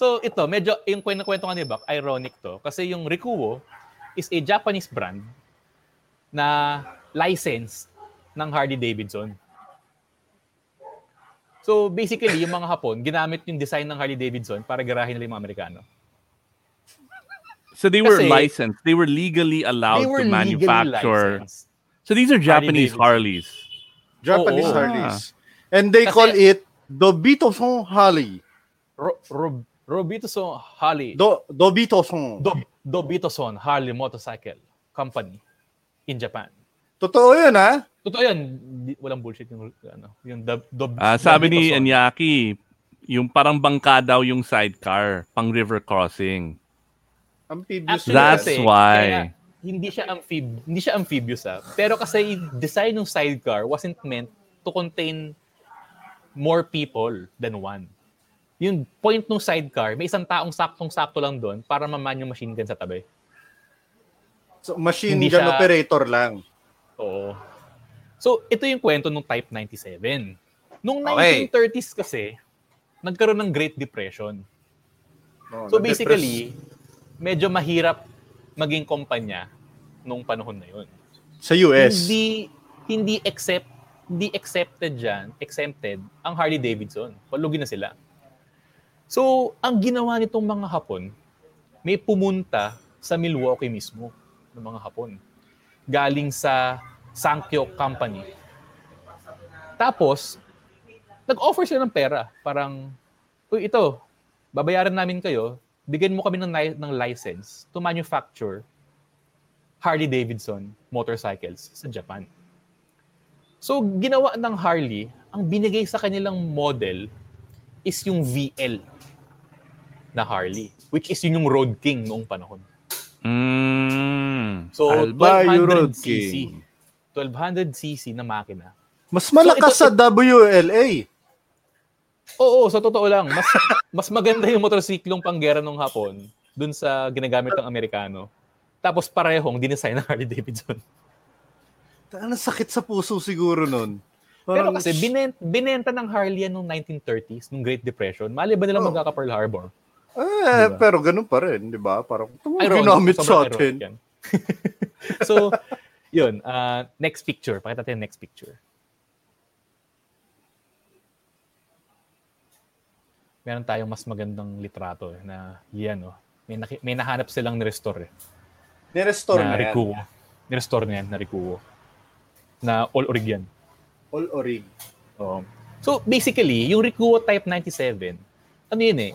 [SPEAKER 2] So ito, medyo, yung kwento-kwento nga ni Bak, ironic to. Kasi yung Rikuo is a Japanese brand na licensed ng Harley-Davidson. So basically, yung mga Hapon, ginamit yung design ng Harley-Davidson para garahin nila yung mga Amerikano.
[SPEAKER 5] So they were
[SPEAKER 2] Kasi-
[SPEAKER 5] licensed. They were legally allowed
[SPEAKER 2] They were
[SPEAKER 5] to
[SPEAKER 2] legally
[SPEAKER 5] manufacture.
[SPEAKER 2] licensed.
[SPEAKER 5] So these are Japanese
[SPEAKER 2] Davidson.
[SPEAKER 5] Harleys.
[SPEAKER 6] Japanese
[SPEAKER 2] Oo.
[SPEAKER 6] Harleys. And they
[SPEAKER 2] Kasi-
[SPEAKER 6] call it Dobitoson Harley.
[SPEAKER 2] Ro, Ro, Robitoson Harley.
[SPEAKER 6] Do, Dobitoson.
[SPEAKER 2] Do, Dobitoson Harley Motorcycle Company in Japan.
[SPEAKER 6] Totoo yun ha?
[SPEAKER 2] Totoo yan. Di, walang bullshit yung ano, yung Dob, Dob,
[SPEAKER 5] Ah, sabi ni
[SPEAKER 2] Dobitoson.
[SPEAKER 5] Anyaki, yung parang bangka daw yung sidecar, pang river crossing.
[SPEAKER 6] Amphibious.
[SPEAKER 2] Actually,
[SPEAKER 5] That's
[SPEAKER 2] kasi,
[SPEAKER 5] why.
[SPEAKER 2] kaya hindi siya amphib hindi siya amphibious ah. Pero kasi yung design ng sidecar wasn't meant to contain more people than one. Yung point ng sidecar, may isang taong saktong-sakto lang doon para maman yung machine gun sa tabi.
[SPEAKER 6] So, machine
[SPEAKER 2] Hindi
[SPEAKER 6] gun
[SPEAKER 2] siya-
[SPEAKER 6] operator lang.
[SPEAKER 2] Oo. So, ito yung kwento nung Type 97. Nung
[SPEAKER 6] Okay.
[SPEAKER 2] 1930s kasi, nagkaroon ng Great Depression.
[SPEAKER 6] No, na-depress.
[SPEAKER 2] So basically, medyo mahirap maging kumpanya nung panahon na yun.
[SPEAKER 6] sa US.
[SPEAKER 2] Hindi hindi accept hindi accepted diyan, exempted ang Harley Davidson. Palugi na sila. So, ang ginawa nitong mga Hapon, may pumunta sa Milwaukee mismo ng mga Hapon. galing sa Sankyo Company. Tapos, nag-offer sila ng pera. Parang, uy, ito, babayaran namin kayo, bigyan mo kami ng, ni- ng license to manufacture Harley-Davidson motorcycles sa Japan. So, ginawa ng Harley, ang binigay sa kanilang model is yung VL na Harley, which is yun yung Road King noong panahon.
[SPEAKER 5] Mm.
[SPEAKER 2] So,
[SPEAKER 6] Alba, yung Road
[SPEAKER 2] 1200cc. 1200cc na makina.
[SPEAKER 6] Mas malakas sa
[SPEAKER 2] So,
[SPEAKER 6] WLA.
[SPEAKER 2] Oo, sa totoo lang, mas mas maganda yung motorsiklong panggera nung Hapon dun sa ginagamit ng Amerikano. Tapos parehong dinesign ng Harley Davidson.
[SPEAKER 6] Ang sakit sa puso siguro nun.
[SPEAKER 2] Pero
[SPEAKER 6] Parang,
[SPEAKER 2] kasi binen- binenta ng Harley yan nung 1930s, nung Great Depression. Mali ba nila
[SPEAKER 6] Oo.
[SPEAKER 2] magkaka Pearl Harbor?
[SPEAKER 6] eh,
[SPEAKER 2] Diba?
[SPEAKER 6] pero ganun pa rin, di ba? Parang, ito mo
[SPEAKER 2] Ironic,
[SPEAKER 6] ginamit sa
[SPEAKER 2] sobrang ironic
[SPEAKER 6] atin.
[SPEAKER 2] yan. so, yun. ah, next picture. Pakita tayo yung next picture. Meron tayong mas magandang litrato eh, na yan oh. May, naki- may nahanap silang ni-restore eh.
[SPEAKER 6] Nirestore
[SPEAKER 2] na
[SPEAKER 6] na yan.
[SPEAKER 2] Rikuo. Ni-restore na yan na Rikuo. Na all orig yan.
[SPEAKER 6] All orig.
[SPEAKER 2] Oo. So basically, yung Rikuo Type 97, ano yun eh,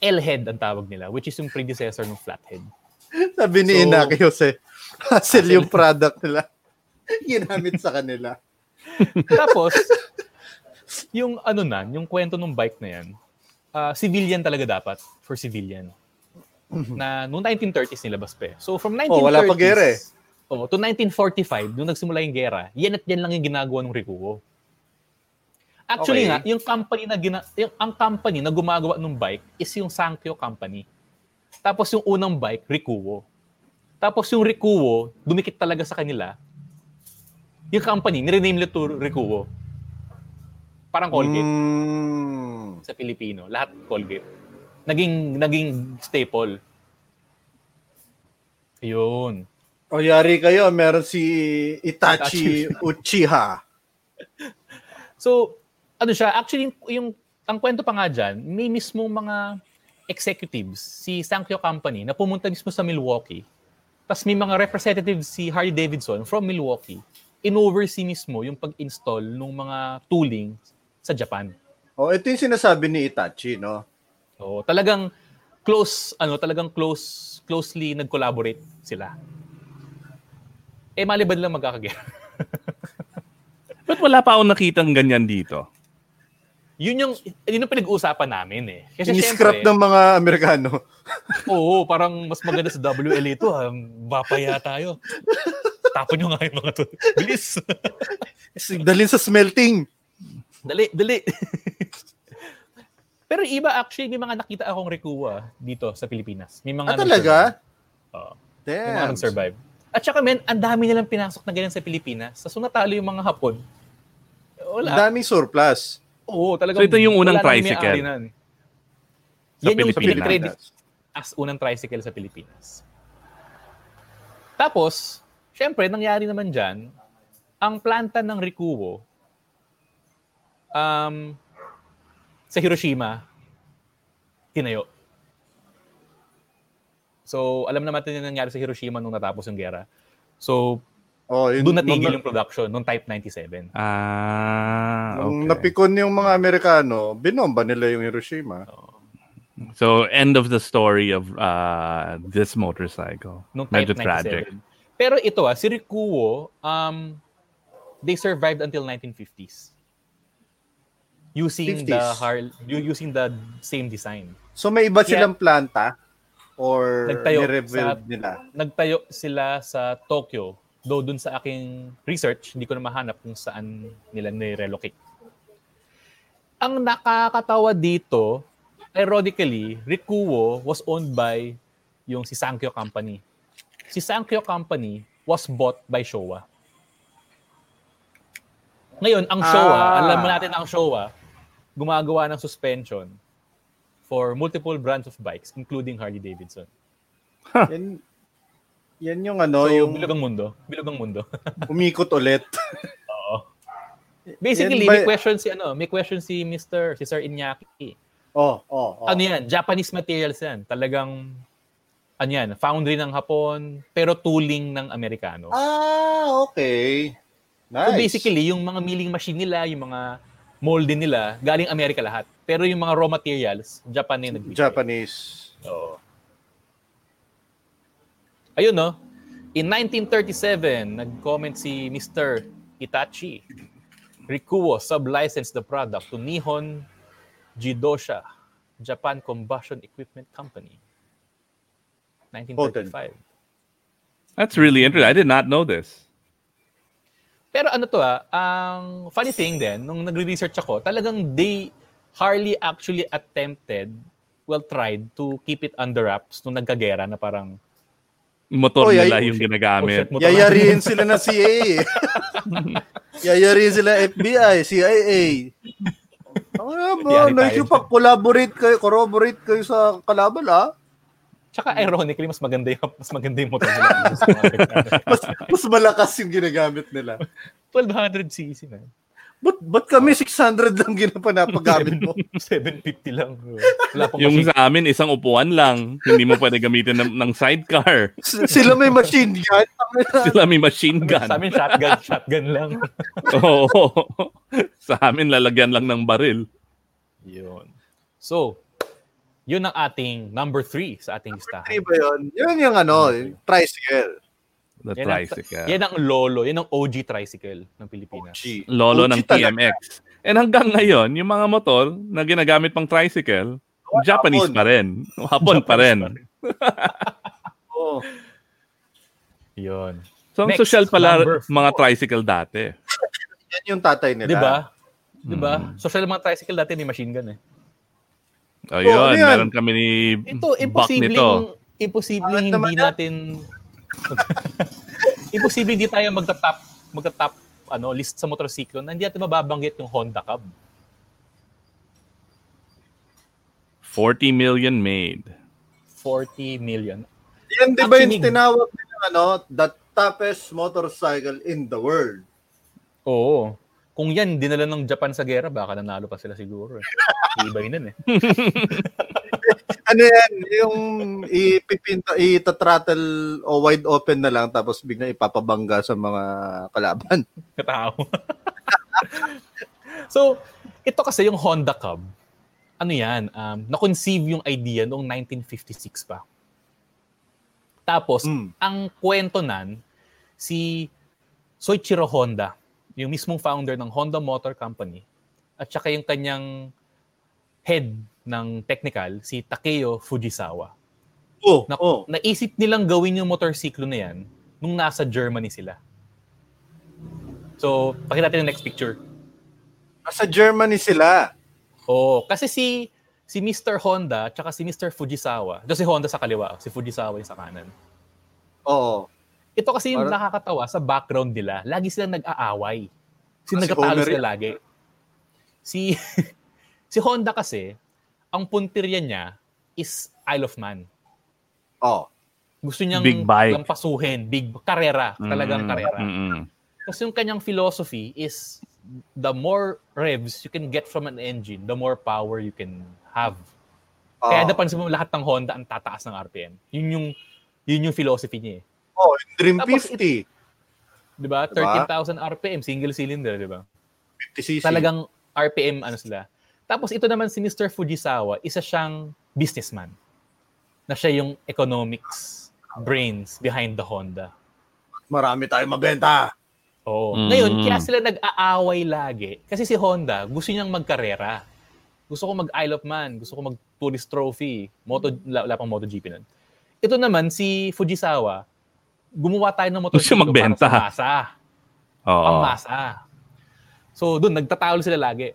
[SPEAKER 2] L-head ang tawag nila, which is yung predecessor ng flathead.
[SPEAKER 6] Sabi ni
[SPEAKER 2] So-
[SPEAKER 6] Inaki Jose, hassle yung product nila. Ginamit sa kanila.
[SPEAKER 2] Tapos, yung ano na, yung kwento ng bike na yan, ah, civilian talaga dapat, for civilian. Na noong 1930s nilabas pa eh. So from 1930s...
[SPEAKER 6] Mhm. Oh, wala pa gera eh.
[SPEAKER 2] Oh, to 1945, nung nagsimula yung gera, yan at yan lang yung ginagawa ng Rikuo. Actually
[SPEAKER 6] Okay.
[SPEAKER 2] nga, yung company na gina, yung, ang company na gumagawa ng bike is yung Sankyo Company. Tapos yung unang bike, Rikuo. Tapos yung Rikuo, dumikit talaga sa kanila. Yung company, nirename nila to Rikuo. Parang Colgate
[SPEAKER 6] Mm.
[SPEAKER 2] sa Pilipino. Lahat Colgate. Naging, naging staple. Yun.
[SPEAKER 6] O yari kayo, meron si Itachi Uchiha.
[SPEAKER 2] So, ano siya, actually, yung- yung, ang kwento pa nga dyan, may mismo mga executives, si Sankyo Company, na pumunta mismo sa Milwaukee. Tapos may mga representatives si Harley Davidson from Milwaukee in-oversee mismo yung pag-install ng mga tooling sa Japan.
[SPEAKER 6] O, ito yung sinasabi ni Itachi, no?
[SPEAKER 2] So, talagang close, ano, talagang close, closely nag-collaborate sila. Eh, mali ba nilang magkakagera?
[SPEAKER 5] Ba't wala pa akong nakitang ganyan dito?
[SPEAKER 2] Yun yung, yun yung pinag-uusapan namin eh. Kasi
[SPEAKER 6] Siniscrap
[SPEAKER 2] syempre-
[SPEAKER 6] ng mga Amerikano.
[SPEAKER 2] Oo, parang mas maganda sa E WL ito. Ha? Bapaya ah. tayo. Tapon nyo nga yung mga to. Bilis.
[SPEAKER 6] Dalin sa smelting.
[SPEAKER 2] dali, dali. Pero iba actually, may mga nakita akong Rikuwa dito sa Pilipinas. May mga
[SPEAKER 6] Ah, talaga?
[SPEAKER 2] nag-survive. Oo, may mga
[SPEAKER 6] Damn.
[SPEAKER 2] nag-survive. At saka men, ang dami nilang pinasok na ganyan sa Pilipinas. Sa natalo yung mga Hapon. Wala.
[SPEAKER 6] Daming surplus.
[SPEAKER 2] Oo, talagang
[SPEAKER 5] So, ito yung unang
[SPEAKER 2] wala nang may-ari
[SPEAKER 5] tricycle
[SPEAKER 2] nun.
[SPEAKER 5] sa
[SPEAKER 2] Yan yung
[SPEAKER 5] Pilipinas.
[SPEAKER 2] pinag-credit as unang tricycle sa Pilipinas. Tapos, syempre, nangyari naman dyan, ang planta ng Rikuo um, sa Hiroshima, tinayo. So, alam naman natin yung nangyari sa Hiroshima nung natapos yung gera. So,
[SPEAKER 6] Oh, yun,
[SPEAKER 2] doon natigil
[SPEAKER 6] nung-
[SPEAKER 2] yung production nung Type 97.
[SPEAKER 5] Ah,
[SPEAKER 6] nung
[SPEAKER 5] okay.
[SPEAKER 6] napikon yung mga Amerikano, binomba nila yung Hiroshima.
[SPEAKER 2] Oh.
[SPEAKER 5] So, end of the story of uh, this motorcycle.
[SPEAKER 2] Nung Type
[SPEAKER 5] Medyo
[SPEAKER 2] 97.
[SPEAKER 5] tragic.
[SPEAKER 2] Pero ito ah, si Rikuo, um, they survived until 1950s. Using the
[SPEAKER 6] 50s.
[SPEAKER 2] har- u- using the same design.
[SPEAKER 6] So may iba
[SPEAKER 2] Yeah.
[SPEAKER 6] silang planta or
[SPEAKER 2] Nagtayo
[SPEAKER 6] nirebuild
[SPEAKER 2] sa-
[SPEAKER 6] nila.
[SPEAKER 2] Nagtayo sila sa Tokyo. Though dun sa aking research, hindi ko na mahanap kung saan nila nirelocate. Ang nakakatawa dito, ironically, Rikuo was owned by yung si Sankyo Company. Si Sankyo Company was bought by Showa. Ngayon, ang Showa,
[SPEAKER 6] Ah.
[SPEAKER 2] alam mo natin ang Showa, gumagawa ng suspension for multiple brands of bikes, including Harley-Davidson.
[SPEAKER 6] Yan, yan yung ano,
[SPEAKER 2] So,
[SPEAKER 6] yung
[SPEAKER 2] bilog ang mundo. Bilog ang mundo.
[SPEAKER 6] umikot ulit.
[SPEAKER 2] Basically,
[SPEAKER 6] Yan ba-
[SPEAKER 2] may question si ano, may question si Mr. si Sir Ano Inyaki.
[SPEAKER 6] Oh, oh, oh.
[SPEAKER 2] Ano 'yan? Japanese materials 'yan. Talagang ano yan, foundry ng Hapon, pero tooling ng Amerikano.
[SPEAKER 6] Ah, okay. Nice.
[SPEAKER 2] So basically, yung mga milling machine nila, yung mga molde nila, galing Amerika lahat. Pero yung mga raw materials, Japan na yung nagbibigay.
[SPEAKER 6] Japanese.
[SPEAKER 2] Oo. Ayun, no? In 1937, nag-comment si Mr. Itachi. Rikuo sub-licensed the product to Nihon Jidosha, Japan Combustion Equipment Company. 1935.
[SPEAKER 5] That's really interesting. I did not know this.
[SPEAKER 2] Pero ano to ah, ang funny thing din, nung nagre-research ako, talagang they hardly actually attempted, well tried, to keep it under wraps nung nagkagera na parang
[SPEAKER 5] Motor
[SPEAKER 6] Oh, yeah,
[SPEAKER 5] nila
[SPEAKER 6] you-
[SPEAKER 5] yung ginagamit.
[SPEAKER 2] Oh, shit,
[SPEAKER 6] Yayariin sila ng CIA. eh. Yayariin sila FBI, CIA. Ano ba?
[SPEAKER 2] Yari tayo.
[SPEAKER 6] Nakikipa-collaborate kayo, corroborate kayo sa kalaban, ah.
[SPEAKER 2] Tsaka ironically, mas maganda yung, mas maganda yung motor nila. sa mga Amerikano.
[SPEAKER 6] Mas, mas malakas yung ginagamit nila.
[SPEAKER 2] 1200cc na.
[SPEAKER 6] Ba't, ba't kami 600 lang ginapanapagamit mo?
[SPEAKER 2] 750 lang. Wala pang
[SPEAKER 5] Yung
[SPEAKER 2] machine.
[SPEAKER 5] sa amin, isang upuan lang. Hindi mo pwede gamitin ng, ng sidecar.
[SPEAKER 6] S- Sila may machine gun.
[SPEAKER 5] Sila may machine gun.
[SPEAKER 2] Sa amin, shotgun, shotgun lang.
[SPEAKER 5] Oo. sa amin, lalagyan lang ng baril.
[SPEAKER 2] yun. So, yun ang ating number three sa ating listahan.
[SPEAKER 6] Ano ba yun? Yun yung ano, yung tricycle.
[SPEAKER 5] The
[SPEAKER 2] Yan ang,
[SPEAKER 5] tricycle.
[SPEAKER 2] yan ang lolo, yan ang OG tricycle ng Pilipinas.
[SPEAKER 6] G.
[SPEAKER 5] Lolo
[SPEAKER 6] OG
[SPEAKER 5] ng
[SPEAKER 6] talaga.
[SPEAKER 5] TMX. And hanggang ngayon, yung mga motor na ginagamit pang tricycle, Japanese
[SPEAKER 6] Hapon.
[SPEAKER 5] pa rin. Hapon pa rin.
[SPEAKER 6] Oo.
[SPEAKER 2] Yun.
[SPEAKER 5] So, ang
[SPEAKER 2] Next,
[SPEAKER 5] social pala
[SPEAKER 2] number four.
[SPEAKER 5] mga tricycle dati.
[SPEAKER 6] Yan yung tatay nila.
[SPEAKER 2] Di
[SPEAKER 5] Diba?
[SPEAKER 2] ba? Di ba?
[SPEAKER 5] Mm.
[SPEAKER 2] Social mga tricycle dati ni machine gun eh.
[SPEAKER 5] Ayun,
[SPEAKER 6] Oh, ano yan?
[SPEAKER 5] meron kami ni Buck
[SPEAKER 2] Ito,
[SPEAKER 5] Mm. nito.
[SPEAKER 2] imposibleng, imposibleng
[SPEAKER 6] Bakit
[SPEAKER 2] hindi
[SPEAKER 6] naman yan?
[SPEAKER 2] natin... imposibleng hindi tayo magta-top, magta-top ano, list sa motorsiklo na hindi natin mababanggit yung Honda Cub.
[SPEAKER 5] 40 million made.
[SPEAKER 2] 40 million.
[SPEAKER 6] Yan di ba yung
[SPEAKER 2] Actually,
[SPEAKER 6] tinawag nila, ano, the toughest motorcycle in the world.
[SPEAKER 2] Oo. Kung yan, dinala ng Japan sa gera, baka nanalo pa sila siguro. Eh. Iba yun eh.
[SPEAKER 6] Ano yan? Yung ipipinto, itatratel o wide open na lang tapos bigla ipapabangga sa mga kalaban.
[SPEAKER 2] Katao. so, ito kasi yung Honda Cub. Ano yan? Um, na-conceive yung idea noong 1956 pa. Tapos,
[SPEAKER 6] Mm.
[SPEAKER 2] ang kwento nan, si Soichiro Honda, yung mismong founder ng Honda Motor Company, at saka yung kanyang head ng technical, si Takeo Fujisawa.
[SPEAKER 6] Oh,
[SPEAKER 2] Na,
[SPEAKER 6] oh.
[SPEAKER 2] Naisip nilang gawin yung motorsiklo na yan nung nasa Germany sila. So, pakita natin yung next picture.
[SPEAKER 6] Nasa Germany sila.
[SPEAKER 2] Oo, Oh, kasi si si Mr. Honda tsaka si Mr. Fujisawa. Doon si Honda sa kaliwa, si Fujisawa yung sa kanan.
[SPEAKER 6] Oo.
[SPEAKER 2] Ito kasi yung
[SPEAKER 6] Parang-
[SPEAKER 2] nakakatawa sa background nila. Lagi silang nag-aaway.
[SPEAKER 6] Ah, si
[SPEAKER 2] Kasi nagkatalo
[SPEAKER 6] Homer
[SPEAKER 2] sila
[SPEAKER 6] yan.
[SPEAKER 2] lagi. Si, si Honda kasi, ang puntirya niya is Isle of Man.
[SPEAKER 6] Oh.
[SPEAKER 2] Gusto niyang
[SPEAKER 5] Big bike.
[SPEAKER 2] lampasuhin, big karera,
[SPEAKER 5] Mm,
[SPEAKER 2] talagang karera.
[SPEAKER 5] mm-mm.
[SPEAKER 2] Kasi yung kanyang philosophy is the more revs you can get from an engine, the more power you can have.
[SPEAKER 6] Oh.
[SPEAKER 2] Kaya napansin mo lahat ng Honda ang tataas ng RPM. Yun yung yun yung philosophy niya, eh.
[SPEAKER 6] oh, Dream
[SPEAKER 2] Tapos
[SPEAKER 6] 50.
[SPEAKER 2] 'di ba?
[SPEAKER 6] Diba?
[SPEAKER 2] 13,000 RPM single cylinder, 'di ba?
[SPEAKER 6] 50cc.
[SPEAKER 2] Talagang RPM ano sila. Tapos ito naman si Mr. Fujisawa, isa siyang businessman. Na siya yung economics brains behind the Honda.
[SPEAKER 6] Marami tayong mabenta.
[SPEAKER 2] Oo.
[SPEAKER 5] Mm.
[SPEAKER 2] Ngayon, kaya sila nag-aaway lagi. Kasi si Honda, gusto niyang magkarera. Gusto ko mag-Isle of Man. Gusto ko mag-Tourist Trophy. Moto,
[SPEAKER 5] Mm.
[SPEAKER 2] wala, wala pang MotoGP nun. Ito naman, si Fujisawa, gumawa tayo ng motor
[SPEAKER 5] siya magbenta.
[SPEAKER 2] para sa masa.
[SPEAKER 5] Oo.
[SPEAKER 2] Pamasa. So, doon, nagtatawal sila lagi.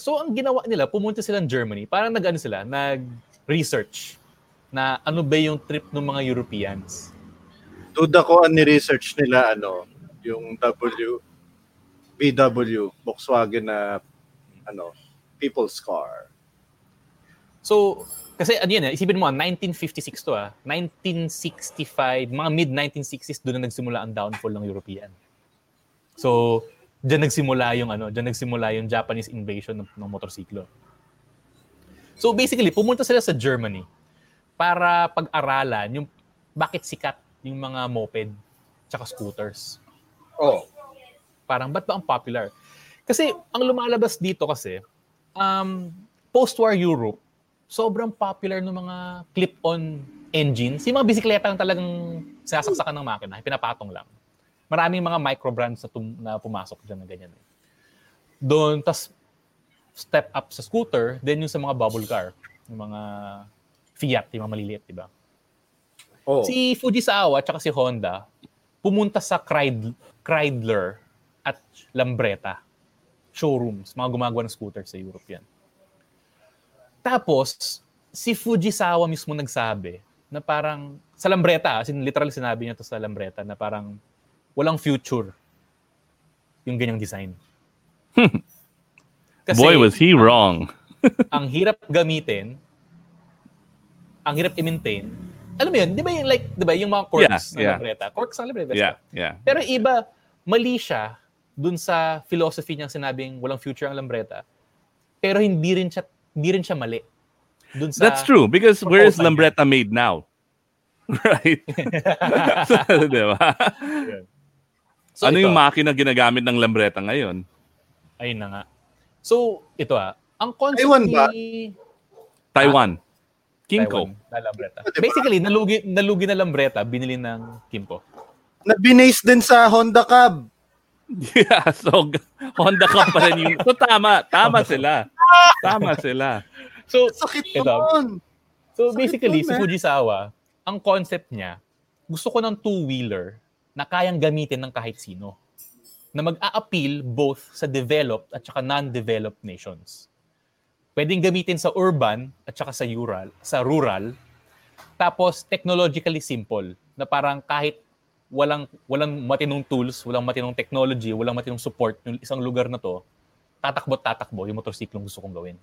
[SPEAKER 2] So, ang ginawa nila, pumunta sila ng Germany. Parang nag-ano sila, nag-research na ano ba yung trip ng mga Europeans.
[SPEAKER 6] Duda ko ang ni-research nila, ano, yung W, VW, Volkswagen na, ano, people's car.
[SPEAKER 2] So, kasi ano yan, eh, isipin mo, ah, 1956 to ah, 1965, mga mid-1960s, doon na nagsimula ang downfall ng European. So, diyan nagsimula yung ano, diyan nagsimula yung Japanese invasion ng, ng motorsiklo. So basically, pumunta sila sa Germany. para pag-aralan yung bakit sikat yung mga moped tsaka scooters.
[SPEAKER 6] Oh.
[SPEAKER 2] Parang ba't ba ang popular? Kasi ang lumalabas dito kasi, um, post-war Europe, sobrang popular ng mga clip-on engines. Yung mga bisikleta lang talagang sinasaksakan ng makina, pinapatong lang. Maraming mga micro brands na, tum- na pumasok dyan na ganyan. eh. Doon, tas step up sa scooter, then yung sa mga bubble car, yung mga Fiat, yung mga maliliit, di ba?
[SPEAKER 6] Oh.
[SPEAKER 2] Si Fujisawa at si Honda pumunta sa Chryd- Chrysler at Lambretta showrooms, mga gumagawa ng scooter sa Europe yan. Tapos, si Fujisawa mismo nagsabi na parang, sa Lambretta, as in, literal sinabi niya to sa Lambretta, na parang walang future yung ganyang design.
[SPEAKER 5] Boy, was he wrong.
[SPEAKER 2] ang hirap gamitin, ang hirap i-maintain. Alam mo yun, di ba yung like, di ba yung mga
[SPEAKER 5] Yeah,
[SPEAKER 2] quirks na
[SPEAKER 5] yeah.
[SPEAKER 2] libreta? Quirks na libreta.
[SPEAKER 5] Yeah, yeah.
[SPEAKER 2] Pero yung iba, mali siya dun sa philosophy niyang sinabing walang future ang lambreta. Pero hindi rin siya, hindi rin siya mali. Dun sa
[SPEAKER 5] That's true because where is
[SPEAKER 2] proposal niya.
[SPEAKER 5] Lambretta made now? Right? so, di ba?
[SPEAKER 2] So,
[SPEAKER 5] ano
[SPEAKER 2] ito.
[SPEAKER 5] yung makina ginagamit ng Lambretta ngayon?
[SPEAKER 2] Ayun na nga. So, ito ah. Ang concept
[SPEAKER 6] Taiwan
[SPEAKER 2] ni...
[SPEAKER 6] ba?
[SPEAKER 5] Taiwan. Kimco.
[SPEAKER 2] Ah, Taiwan, na lambreta. Basically, nalugi, nalugi na lambreta, binili ng Kimpo.
[SPEAKER 6] Nabinase din sa Honda Cab.
[SPEAKER 5] Yeah, so g- Honda Cup pa rin yung... So tama, tama sila. Tama sila.
[SPEAKER 2] So,
[SPEAKER 6] Sakit
[SPEAKER 2] Ito.
[SPEAKER 6] naman.
[SPEAKER 2] So
[SPEAKER 6] Sakit
[SPEAKER 2] basically,
[SPEAKER 6] nun,
[SPEAKER 2] si
[SPEAKER 6] eh.
[SPEAKER 2] Fujisawa, ang concept niya, gusto ko ng two-wheeler na kayang gamitin ng kahit sino. Na mag-a-appeal both sa developed at saka non-developed nations. Pwedeng gamitin sa urban at saka sa rural, sa rural. Tapos technologically simple na parang kahit walang walang matinong tools, walang matinong technology, walang matinong support yung isang lugar na to, tatakbo't tatakbo yung motorsiklong gusto kong gawin.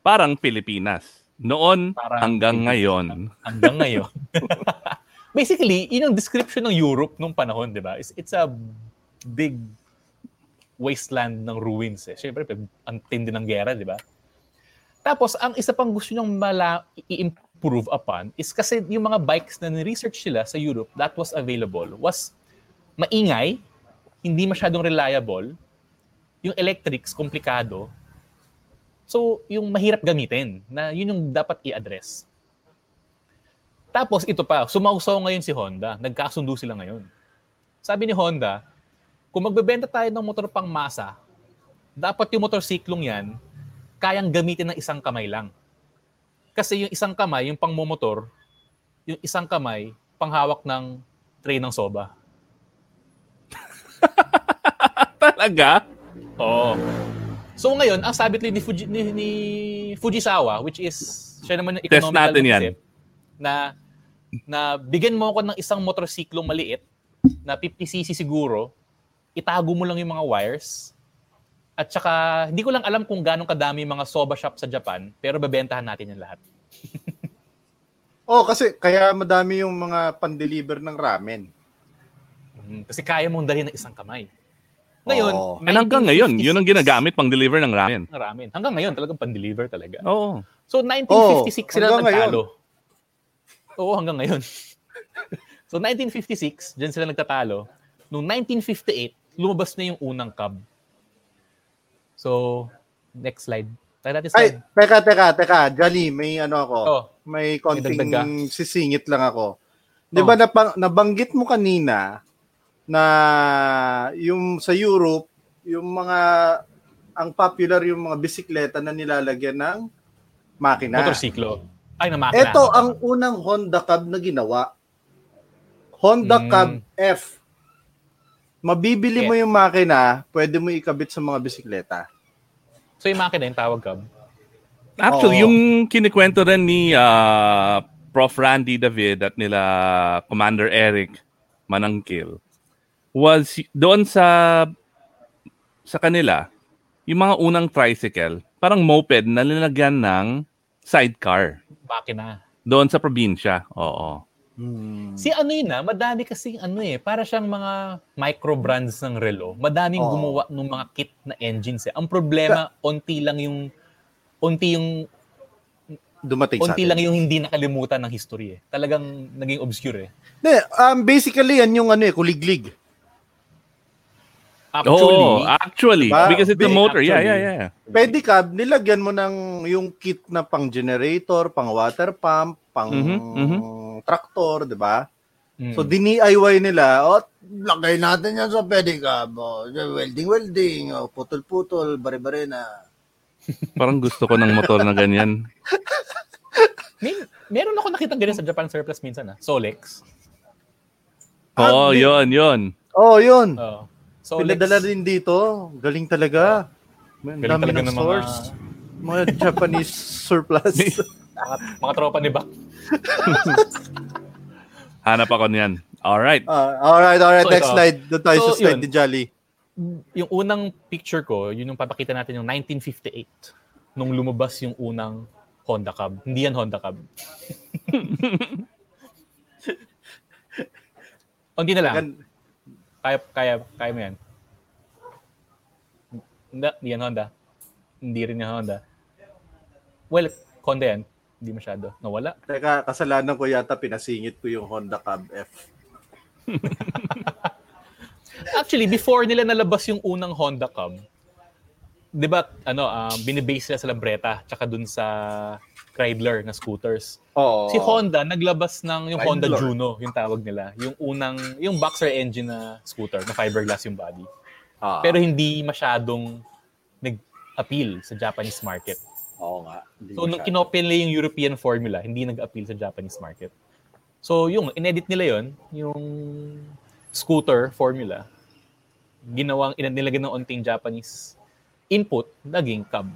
[SPEAKER 5] Parang Pilipinas. Noon
[SPEAKER 2] Parang
[SPEAKER 5] hanggang
[SPEAKER 2] Pilipinas.
[SPEAKER 5] ngayon.
[SPEAKER 2] hanggang ngayon. Basically, yun ang description ng Europe nung panahon, di ba? It's, it's a big wasteland ng ruins. Eh. Siyempre, pe- ang tindi ng gera, di ba? Tapos, ang isa pang gusto niyong mala- i-improve upon is kasi yung mga bikes na ni-research nila sa Europe that was available was maingay, hindi masyadong reliable, yung electrics, komplikado. So, yung mahirap gamitin, na yun yung dapat i-address. Tapos ito pa, sumausaw ngayon si Honda. Nagkasundo sila ngayon. Sabi ni Honda, kung magbebenta tayo ng motor pang masa, dapat yung motorsiklong yan, kayang gamitin ng isang kamay lang. Kasi yung isang kamay, yung pang motor, yung isang kamay, panghawak ng tray ng soba.
[SPEAKER 5] Talaga?
[SPEAKER 2] Oo. So ngayon, ang sabit ni, Fuji, ni, ni Fujisawa, which is, siya naman yung
[SPEAKER 5] Test
[SPEAKER 2] economical
[SPEAKER 5] natin yan.
[SPEAKER 2] concept, na, na bigyan mo ako ng isang motorsiklong maliit, na 50cc siguro, itago mo lang yung mga wires, at saka, hindi ko lang alam kung gano'ng kadami yung mga soba shop sa Japan, pero babentahan natin yung lahat.
[SPEAKER 6] Oh, kasi kaya madami yung mga pan-deliver ng ramen.
[SPEAKER 2] Mm, Kasi kaya mong dalhin ng isang kamay. Ngayon,
[SPEAKER 6] Oo.
[SPEAKER 5] And hanggang ngayon, yun ang
[SPEAKER 2] 1956
[SPEAKER 5] ginagamit pang deliver ng ramen.
[SPEAKER 2] ng ramen. Hanggang ngayon, talagang pan-deliver talaga.
[SPEAKER 5] Oo.
[SPEAKER 2] So 1956
[SPEAKER 6] Oo,
[SPEAKER 2] sila
[SPEAKER 6] Oh, hanggang
[SPEAKER 2] nagtalo. Oo, hanggang ngayon. so 1956, dyan sila nagtatalo. Noong 1958, lumabas na yung unang cab. So, next slide. Tayo natin slide.
[SPEAKER 6] Ay, teka, teka, teka. Jolly, may ano ako.
[SPEAKER 2] Oh.
[SPEAKER 6] May konting
[SPEAKER 2] dagdag ka. Oh.
[SPEAKER 6] sisingit lang ako. Di ba napang- nabanggit mo kanina na yung sa Europe, yung mga ang popular yung mga bisikleta na nilalagyan ng makina.
[SPEAKER 2] Motorsiklo. Ay, na makina.
[SPEAKER 6] Ito ang unang Honda Cab na ginawa. Honda
[SPEAKER 2] Mm.
[SPEAKER 6] Cab F. Mabibili mo
[SPEAKER 2] F.
[SPEAKER 6] yung makina, pwede mo ikabit sa mga bisikleta.
[SPEAKER 2] So, yung makina yung tawag cab.
[SPEAKER 5] Actually,
[SPEAKER 6] Oo.
[SPEAKER 5] yung kinikwento rin ni ah, Prof. Randy David at nila Commander Eric Manangkil was y- doon sa sa kanila, yung mga unang tricycle, parang moped na nilagyan ng sidecar
[SPEAKER 2] Makina.
[SPEAKER 5] doon sa probinsya. Oo.
[SPEAKER 2] Si ano yun na, madami kasing ano eh, para siyang mga micro brands ng relo. Madaming
[SPEAKER 6] Oo.
[SPEAKER 2] gumawa ng mga kit na engines eh. Ang problema, onti lang yung, onti yung
[SPEAKER 6] dumating sa
[SPEAKER 2] Konti
[SPEAKER 6] atin.
[SPEAKER 2] lang yung hindi nakalimutan ng history eh. Talagang naging obscure eh.
[SPEAKER 6] Hindi, um, basically, yan yung ano eh, kuliglig.
[SPEAKER 5] oh, actually.
[SPEAKER 6] Diba?
[SPEAKER 5] Because it's a
[SPEAKER 6] Big
[SPEAKER 5] motor. Yeah, yeah,
[SPEAKER 6] actually.
[SPEAKER 5] yeah.
[SPEAKER 6] Pedicab, nilagyan mo ng yung kit na pang generator, pang water pump, pang
[SPEAKER 5] Mhm, mhm.
[SPEAKER 6] tractor, di ba?
[SPEAKER 2] Mm.
[SPEAKER 6] So, dini-IY nila, o, lagay natin yan sa pedicab. O, welding-welding, o, oh, putol-putol, bare-bare na.
[SPEAKER 5] Parang gusto ko ng motor na ganyan.
[SPEAKER 2] May- meron ako nakita ganyan sa Japan Surplus minsan ah. Solex.
[SPEAKER 5] Oo, oh,
[SPEAKER 6] Ah, di-
[SPEAKER 5] yun, yun.
[SPEAKER 6] Oh, yun.
[SPEAKER 2] Oh. Solex.
[SPEAKER 6] Pinadala rin dito. Galing talaga. Man,
[SPEAKER 2] Galing
[SPEAKER 6] dami
[SPEAKER 2] talaga
[SPEAKER 6] ng
[SPEAKER 2] ng mga-
[SPEAKER 6] stores. Mga Japanese surplus.
[SPEAKER 2] Mga, Ah, mga tropa ni Bak.
[SPEAKER 5] Hanap ako niyan. Alright.
[SPEAKER 6] Ah, alright, alright.
[SPEAKER 2] So,
[SPEAKER 6] Next
[SPEAKER 2] ito.
[SPEAKER 6] slide. Doon tayo sa
[SPEAKER 2] So,
[SPEAKER 6] slide
[SPEAKER 2] yun.
[SPEAKER 6] ni Jolly.
[SPEAKER 2] Yung unang picture ko, yun yung papakita natin yung 1958 nung lumabas yung unang Honda Cub. Hindi yan Honda Cub. Hindi na lang.
[SPEAKER 6] Gan-
[SPEAKER 2] Kaya, kaya, kaya mo yan. Hindi, hindi yan Honda. Hindi rin yan Honda. Well, Honda yan. Hindi masyado. Nawala.
[SPEAKER 6] Teka, kasalanan ko yata pinasingit ko yung Honda Cab F.
[SPEAKER 2] Actually, before nila nalabas yung unang Honda Cub, 'di ba, ano, um, binibase nila sa Lambretta tsaka dun sa Chrysler na scooters.
[SPEAKER 6] Oo.
[SPEAKER 2] Si Honda naglabas ng yung Honda
[SPEAKER 6] Chrysler.
[SPEAKER 2] Juno, yung tawag nila, yung unang yung boxer engine na scooter na fiberglass yung body.
[SPEAKER 6] Ah,
[SPEAKER 2] Pero hindi masyadong nag-appeal sa Japanese market.
[SPEAKER 6] oo nga. Hindi
[SPEAKER 2] So, nung
[SPEAKER 6] masyado.
[SPEAKER 2] kinopya nila yung European formula, hindi nag-appeal sa Japanese market. So, yung inedit nila yon yung scooter formula, ginawang, ina- nilagyan ng onting Japanese input, naging cab.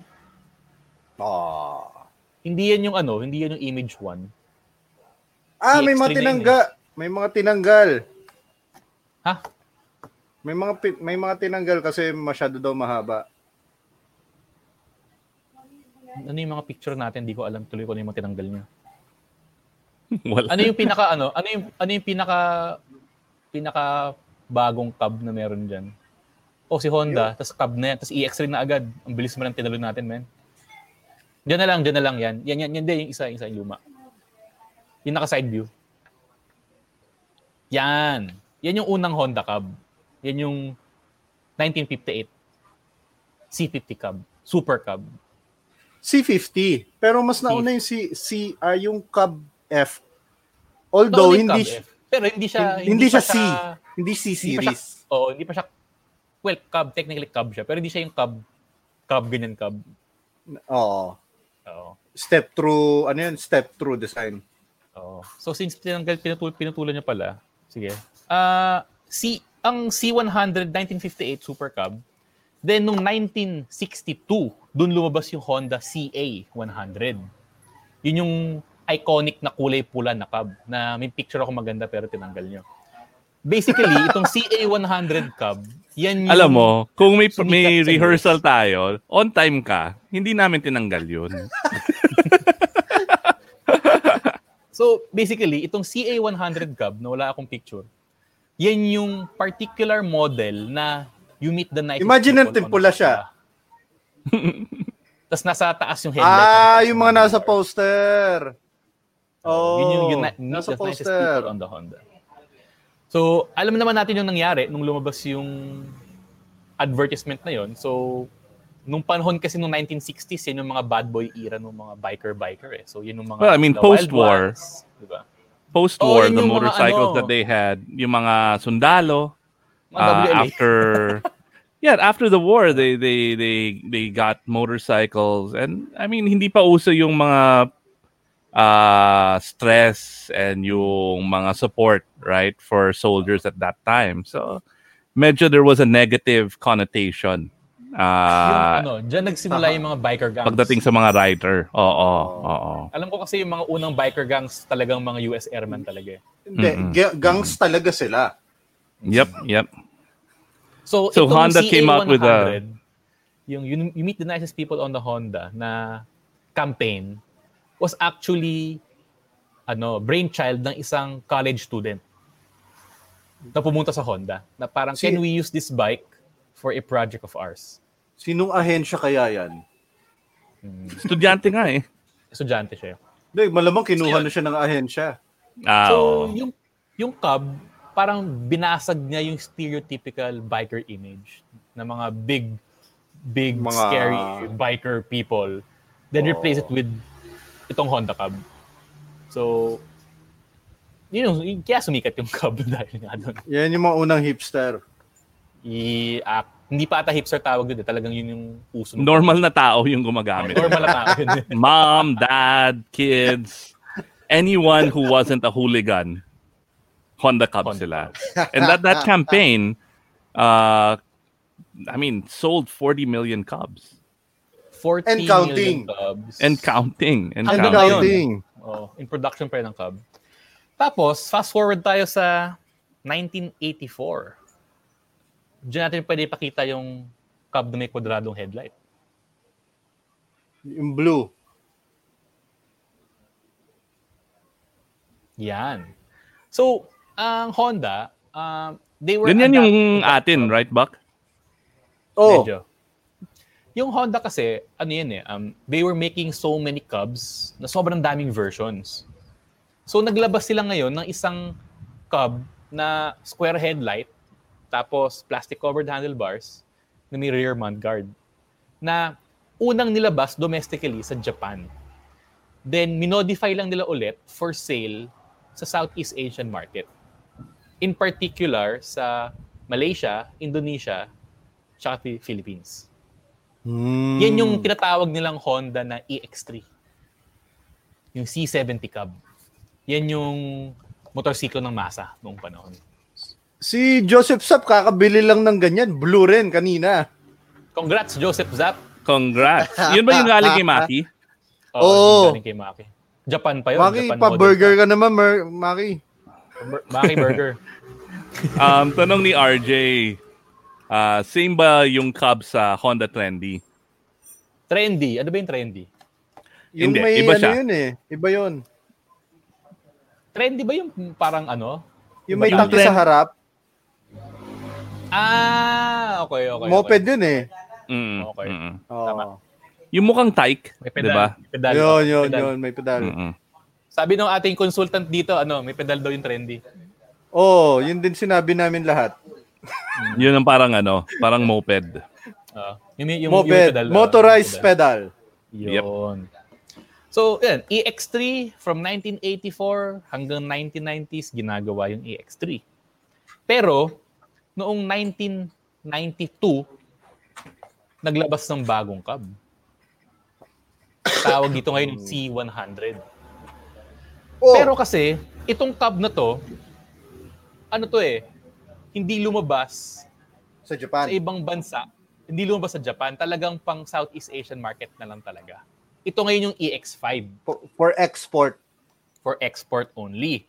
[SPEAKER 6] Ah.
[SPEAKER 2] Hindi yan yung ano, hindi yan yung image one.
[SPEAKER 6] Ah, may
[SPEAKER 2] DX3 na
[SPEAKER 6] mga
[SPEAKER 2] yun eh.
[SPEAKER 6] tinangga. May mga tinanggal.
[SPEAKER 2] Ha?
[SPEAKER 6] May mga pin- may mga tinanggal kasi masyado daw mahaba.
[SPEAKER 2] Ano yung mga picture natin? Hindi ko alam tuloy ko ano yung mga tinanggal niya.
[SPEAKER 5] Wala.
[SPEAKER 2] Ano yung pinaka ano? Ano yung ano yung pinaka pinaka bagong cab na meron diyan? Oh, si Honda, tas cab na yan, tas EX rin na agad. Ang bilis mo lang tinalo natin, men. Diyan na lang, diyan na lang yan. Yan yan yan din yung isa, yung isa yung luma. Yung naka side view. Yan. Yan yung unang Honda Cub. Yan yung 1958 C50 Cub, Super Cub.
[SPEAKER 6] C50. Pero mas nauna yung si si ah, yung Cab F. Although
[SPEAKER 2] Solid
[SPEAKER 6] hindi
[SPEAKER 2] Cub,
[SPEAKER 6] siya-
[SPEAKER 2] eh. pero hindi siya
[SPEAKER 6] hindi, siya,
[SPEAKER 2] pa
[SPEAKER 6] C. Hindi C
[SPEAKER 2] Hindi pa
[SPEAKER 6] series.
[SPEAKER 2] Siya, oh, hindi pa siya well, cub, technically cub siya, pero hindi siya yung cub cub ganyan cub.
[SPEAKER 6] Oo.
[SPEAKER 2] Oo.
[SPEAKER 6] Step through, ano yun? Step through design.
[SPEAKER 2] Oo. So since tinanggal pinatul pinutulan niya pala, sige. Ah, si ang C100 1958 Super Cub, then nung 1962, dun lumabas yung Honda CA100. Yun yung iconic na kulay pula na cub na may picture ako maganda pero tinanggal niyo. Basically, itong CA100 cub, yan yung
[SPEAKER 5] Alam mo, kung may,
[SPEAKER 2] Sumikat
[SPEAKER 5] may
[SPEAKER 2] sa
[SPEAKER 5] rehearsal tayo, on time ka, hindi namin tinanggal yun.
[SPEAKER 2] So, basically, itong CA100 Cub, na wala akong picture, yan yung particular model na you meet the night.
[SPEAKER 6] Imagine ang timpula siya.
[SPEAKER 2] Tapos nasa taas yung headlight.
[SPEAKER 6] Ah,
[SPEAKER 2] Nasa-
[SPEAKER 6] yung mga nasa poster. Oh,
[SPEAKER 2] yun yung uni- meet
[SPEAKER 6] nasa
[SPEAKER 2] the nicest
[SPEAKER 6] poster.
[SPEAKER 2] people on the Honda. So, alam naman natin yung nangyari nung lumabas yung advertisement na yon. So, nung panahon kasi nung 1960s, yun yung mga bad boy era ng mga biker-biker eh. So, yun yung mga
[SPEAKER 5] Well, I mean,
[SPEAKER 2] the Wild
[SPEAKER 5] post-war.
[SPEAKER 2] Ones, diba? Oh,
[SPEAKER 5] Post-war,
[SPEAKER 2] yun
[SPEAKER 5] the
[SPEAKER 2] yung mga
[SPEAKER 5] motorcycles
[SPEAKER 2] ano.
[SPEAKER 5] that they had, yung mga sundalo,
[SPEAKER 2] Mga
[SPEAKER 5] uh,
[SPEAKER 2] WLA.
[SPEAKER 5] after yeah after the war they they they they got motorcycles and I mean hindi pa uso yung mga uh stress and yung mga support right for soldiers at that time so medyo there was a negative connotation
[SPEAKER 2] yung
[SPEAKER 5] uh
[SPEAKER 2] ano, dyan nagsimula yung mga biker gangs.
[SPEAKER 5] pagdating sa mga rider oo oo
[SPEAKER 2] Alam ko kasi yung mga unang biker gangs talagang mga US airmen talaga eh.
[SPEAKER 6] Hindi, ga- gangs talaga sila.
[SPEAKER 5] yep yep
[SPEAKER 2] So,
[SPEAKER 5] So,
[SPEAKER 2] itong
[SPEAKER 5] Honda came out with uh, a-
[SPEAKER 2] CA100, Yung you, you meet the nicest people on the Honda na campaign was actually ano brainchild ng isang college student na pumunta sa Honda na parang
[SPEAKER 6] Si-
[SPEAKER 2] can we use this bike for a project of ours
[SPEAKER 6] Sinong ahensya kaya yan?
[SPEAKER 5] estudyante nga eh
[SPEAKER 2] estudyante siya.
[SPEAKER 6] Hindi, malamang kinuha na siya ng ahensya.
[SPEAKER 5] Ah,
[SPEAKER 2] So,
[SPEAKER 5] oo.
[SPEAKER 2] yung, yung cub, parang binasag niya yung stereotypical biker image ng mga big, big,
[SPEAKER 6] Mga-
[SPEAKER 2] scary biker people. Then replace it with itong Honda Cub. So, yun yung, yun- kaya sumikat yung Cub dahil nga doon.
[SPEAKER 6] Yan yung mga unang hipster.
[SPEAKER 2] I, ah, hindi pa ata hipster tawag doon. eh. Talagang yun yung uso. nung-
[SPEAKER 5] normal na tao yung gumagamit.
[SPEAKER 2] Normal na tao yun. eh.
[SPEAKER 5] Mom, dad, kids, anyone who wasn't a hooligan, Honda Cub
[SPEAKER 2] Honda
[SPEAKER 5] sila. And that that campaign, uh, I mean, sold 40 million Cubs
[SPEAKER 2] 40
[SPEAKER 6] And counting.
[SPEAKER 2] million Cubs.
[SPEAKER 5] and counting. And
[SPEAKER 6] Ang
[SPEAKER 2] Ang ganda
[SPEAKER 5] counting.
[SPEAKER 2] yun.
[SPEAKER 6] counting.
[SPEAKER 2] Oh, in production pa yun ng Cub. Tapos, fast forward tayo sa 1984. Diyan natin pwede ipakita yung Cub na may kwadradong headlight.
[SPEAKER 6] Yung blue.
[SPEAKER 2] Yan. So, ang Honda, um, they were...
[SPEAKER 5] Ganyan
[SPEAKER 2] adapting
[SPEAKER 5] yung
[SPEAKER 2] to-
[SPEAKER 5] atin, right, Buck?
[SPEAKER 6] Oh,
[SPEAKER 2] Medyo. Yung Honda kasi, ano yan eh, um, they were making so many Cubs na sobrang daming versions. So naglabas sila ngayon ng isang Cub na square headlight, tapos plastic covered handlebars, na may rear mount guard. Na unang nilabas domestically sa Japan. Then minodify lang nila ulit for sale sa Southeast Asian market. In particular sa Malaysia, Indonesia, tsaka Fi- Philippines.
[SPEAKER 6] Hmm.
[SPEAKER 2] Yan yung tinatawag nilang Honda na EX3. Yung C70 Cub. Yan yung motorsiklo ng masa noong panahon.
[SPEAKER 6] si Joseph Sap kakabili lang ng ganyan. Blue rin kanina.
[SPEAKER 2] Congrats, Joseph Zap.
[SPEAKER 5] Congrats. Yun ba yung galing kay Maki?
[SPEAKER 6] Oo.
[SPEAKER 2] yung Oh, galing Kay Maki. Japan pa yun.
[SPEAKER 6] Maki,
[SPEAKER 2] Japan
[SPEAKER 6] pa-burger ka naman, Mer- Maki.
[SPEAKER 2] model. Bur- Maki Burger.
[SPEAKER 5] Um, tanong ni RJ, uh, same ba yung Cub sa Honda Trendy?
[SPEAKER 2] trendy. Ano ba yung trendy?
[SPEAKER 6] Yung
[SPEAKER 5] Hindi,
[SPEAKER 6] may
[SPEAKER 5] iba
[SPEAKER 6] ano
[SPEAKER 5] siya.
[SPEAKER 6] yun eh. Iba yun.
[SPEAKER 2] Trendy ba yung parang ano?
[SPEAKER 6] Yung may
[SPEAKER 5] Yung
[SPEAKER 6] tanke sa
[SPEAKER 5] trend.
[SPEAKER 6] harap.
[SPEAKER 2] Ah, okay, okay.
[SPEAKER 6] Moped
[SPEAKER 2] okay.
[SPEAKER 6] yun eh.
[SPEAKER 5] Mm,
[SPEAKER 2] Okay.
[SPEAKER 5] mm.
[SPEAKER 6] Oh.
[SPEAKER 5] Yung mukhang tyke,
[SPEAKER 2] May
[SPEAKER 5] di
[SPEAKER 2] pedal.
[SPEAKER 5] ba?
[SPEAKER 2] may pedal.
[SPEAKER 6] Yun, yun,
[SPEAKER 2] Pedal.
[SPEAKER 6] yun. May pedal.
[SPEAKER 5] Mm-mm.
[SPEAKER 2] Sabi ng ating consultant dito, ano, may pedal daw yung trendy.
[SPEAKER 6] Oo, oh, yun din sinabi namin lahat.
[SPEAKER 2] Mm.
[SPEAKER 5] Yun ang parang ano, parang moped.
[SPEAKER 2] Ah, yung, yung, yung
[SPEAKER 6] Moped.
[SPEAKER 2] pedal, ah,
[SPEAKER 6] Motorized
[SPEAKER 2] pedal.
[SPEAKER 6] pedal.
[SPEAKER 5] Yep.
[SPEAKER 2] Yun. So, yan, EX3 from 1984 hanggang 1990s ginagawa yung EX3. Pero noong 1992 naglabas ng bagong cab. Tawag dito ngayon C100.
[SPEAKER 6] Oh,
[SPEAKER 2] Pero kasi itong cab na to ano to eh hindi lumabas
[SPEAKER 6] sa Japan.
[SPEAKER 2] sa ibang bansa, hindi lumabas sa Japan, talagang pang Southeast Asian market na lang talaga. Ito ngayon yung EX5
[SPEAKER 6] For, for export.
[SPEAKER 2] for export only.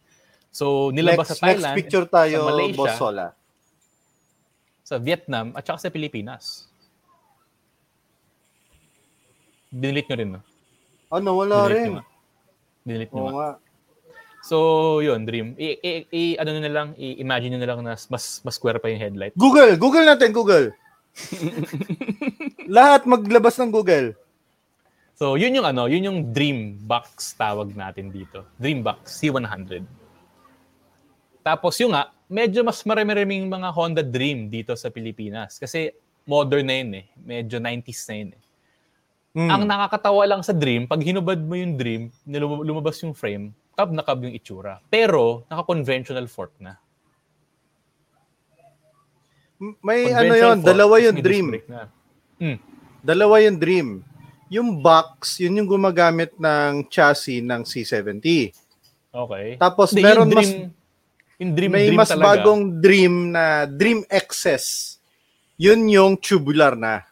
[SPEAKER 2] So, nilabas
[SPEAKER 6] Next,
[SPEAKER 2] sa Thailand,
[SPEAKER 6] next picture tayo,
[SPEAKER 2] sa Malaysia,
[SPEAKER 6] Boss Sola.
[SPEAKER 2] sa Vietnam, at saka sa Pilipinas. Dinilit nyo rin, no?
[SPEAKER 6] Ano, wala
[SPEAKER 2] Direct
[SPEAKER 6] rin.
[SPEAKER 2] naman. Dinilit nyo
[SPEAKER 6] Oo
[SPEAKER 2] nga.
[SPEAKER 6] nga.
[SPEAKER 2] So, yun, dream. I, i, i- ano na lang, i-imagine nyo na lang na mas, mas square pa yung headlight.
[SPEAKER 6] Google, Google natin, Google. Lahat maglabas ng Google.
[SPEAKER 2] So, yun yung ano, yun yung dream box tawag natin dito. Dream box C100. Tapos yung nga, medyo mas marami-raming mga Honda Dream dito sa Pilipinas kasi modern na yun eh. Medyo 90s na yun eh.
[SPEAKER 6] Hmm.
[SPEAKER 2] Ang nakakatawa lang sa Dream, pag hinubad mo yung Dream, nilum- lumabas yung frame, cab na cab yung itsura. Pero, naka-conventional fork na.
[SPEAKER 6] M- May ano
[SPEAKER 2] Conventional
[SPEAKER 6] yon,
[SPEAKER 2] fork,
[SPEAKER 6] dalawa
[SPEAKER 2] tapos
[SPEAKER 6] yung
[SPEAKER 2] may disc
[SPEAKER 6] dream.
[SPEAKER 2] brake na.
[SPEAKER 6] Dalawa yung dream. Yung box, yun yung gumagamit ng chassis ng C70.
[SPEAKER 2] Okay.
[SPEAKER 6] Tapos
[SPEAKER 2] Hindi,
[SPEAKER 6] meron
[SPEAKER 2] yung
[SPEAKER 6] mas-
[SPEAKER 2] dream, yung dream,
[SPEAKER 6] May
[SPEAKER 2] dream
[SPEAKER 6] mas
[SPEAKER 2] talaga.
[SPEAKER 6] bagong dream na Dream XS. Yun yung tubular na.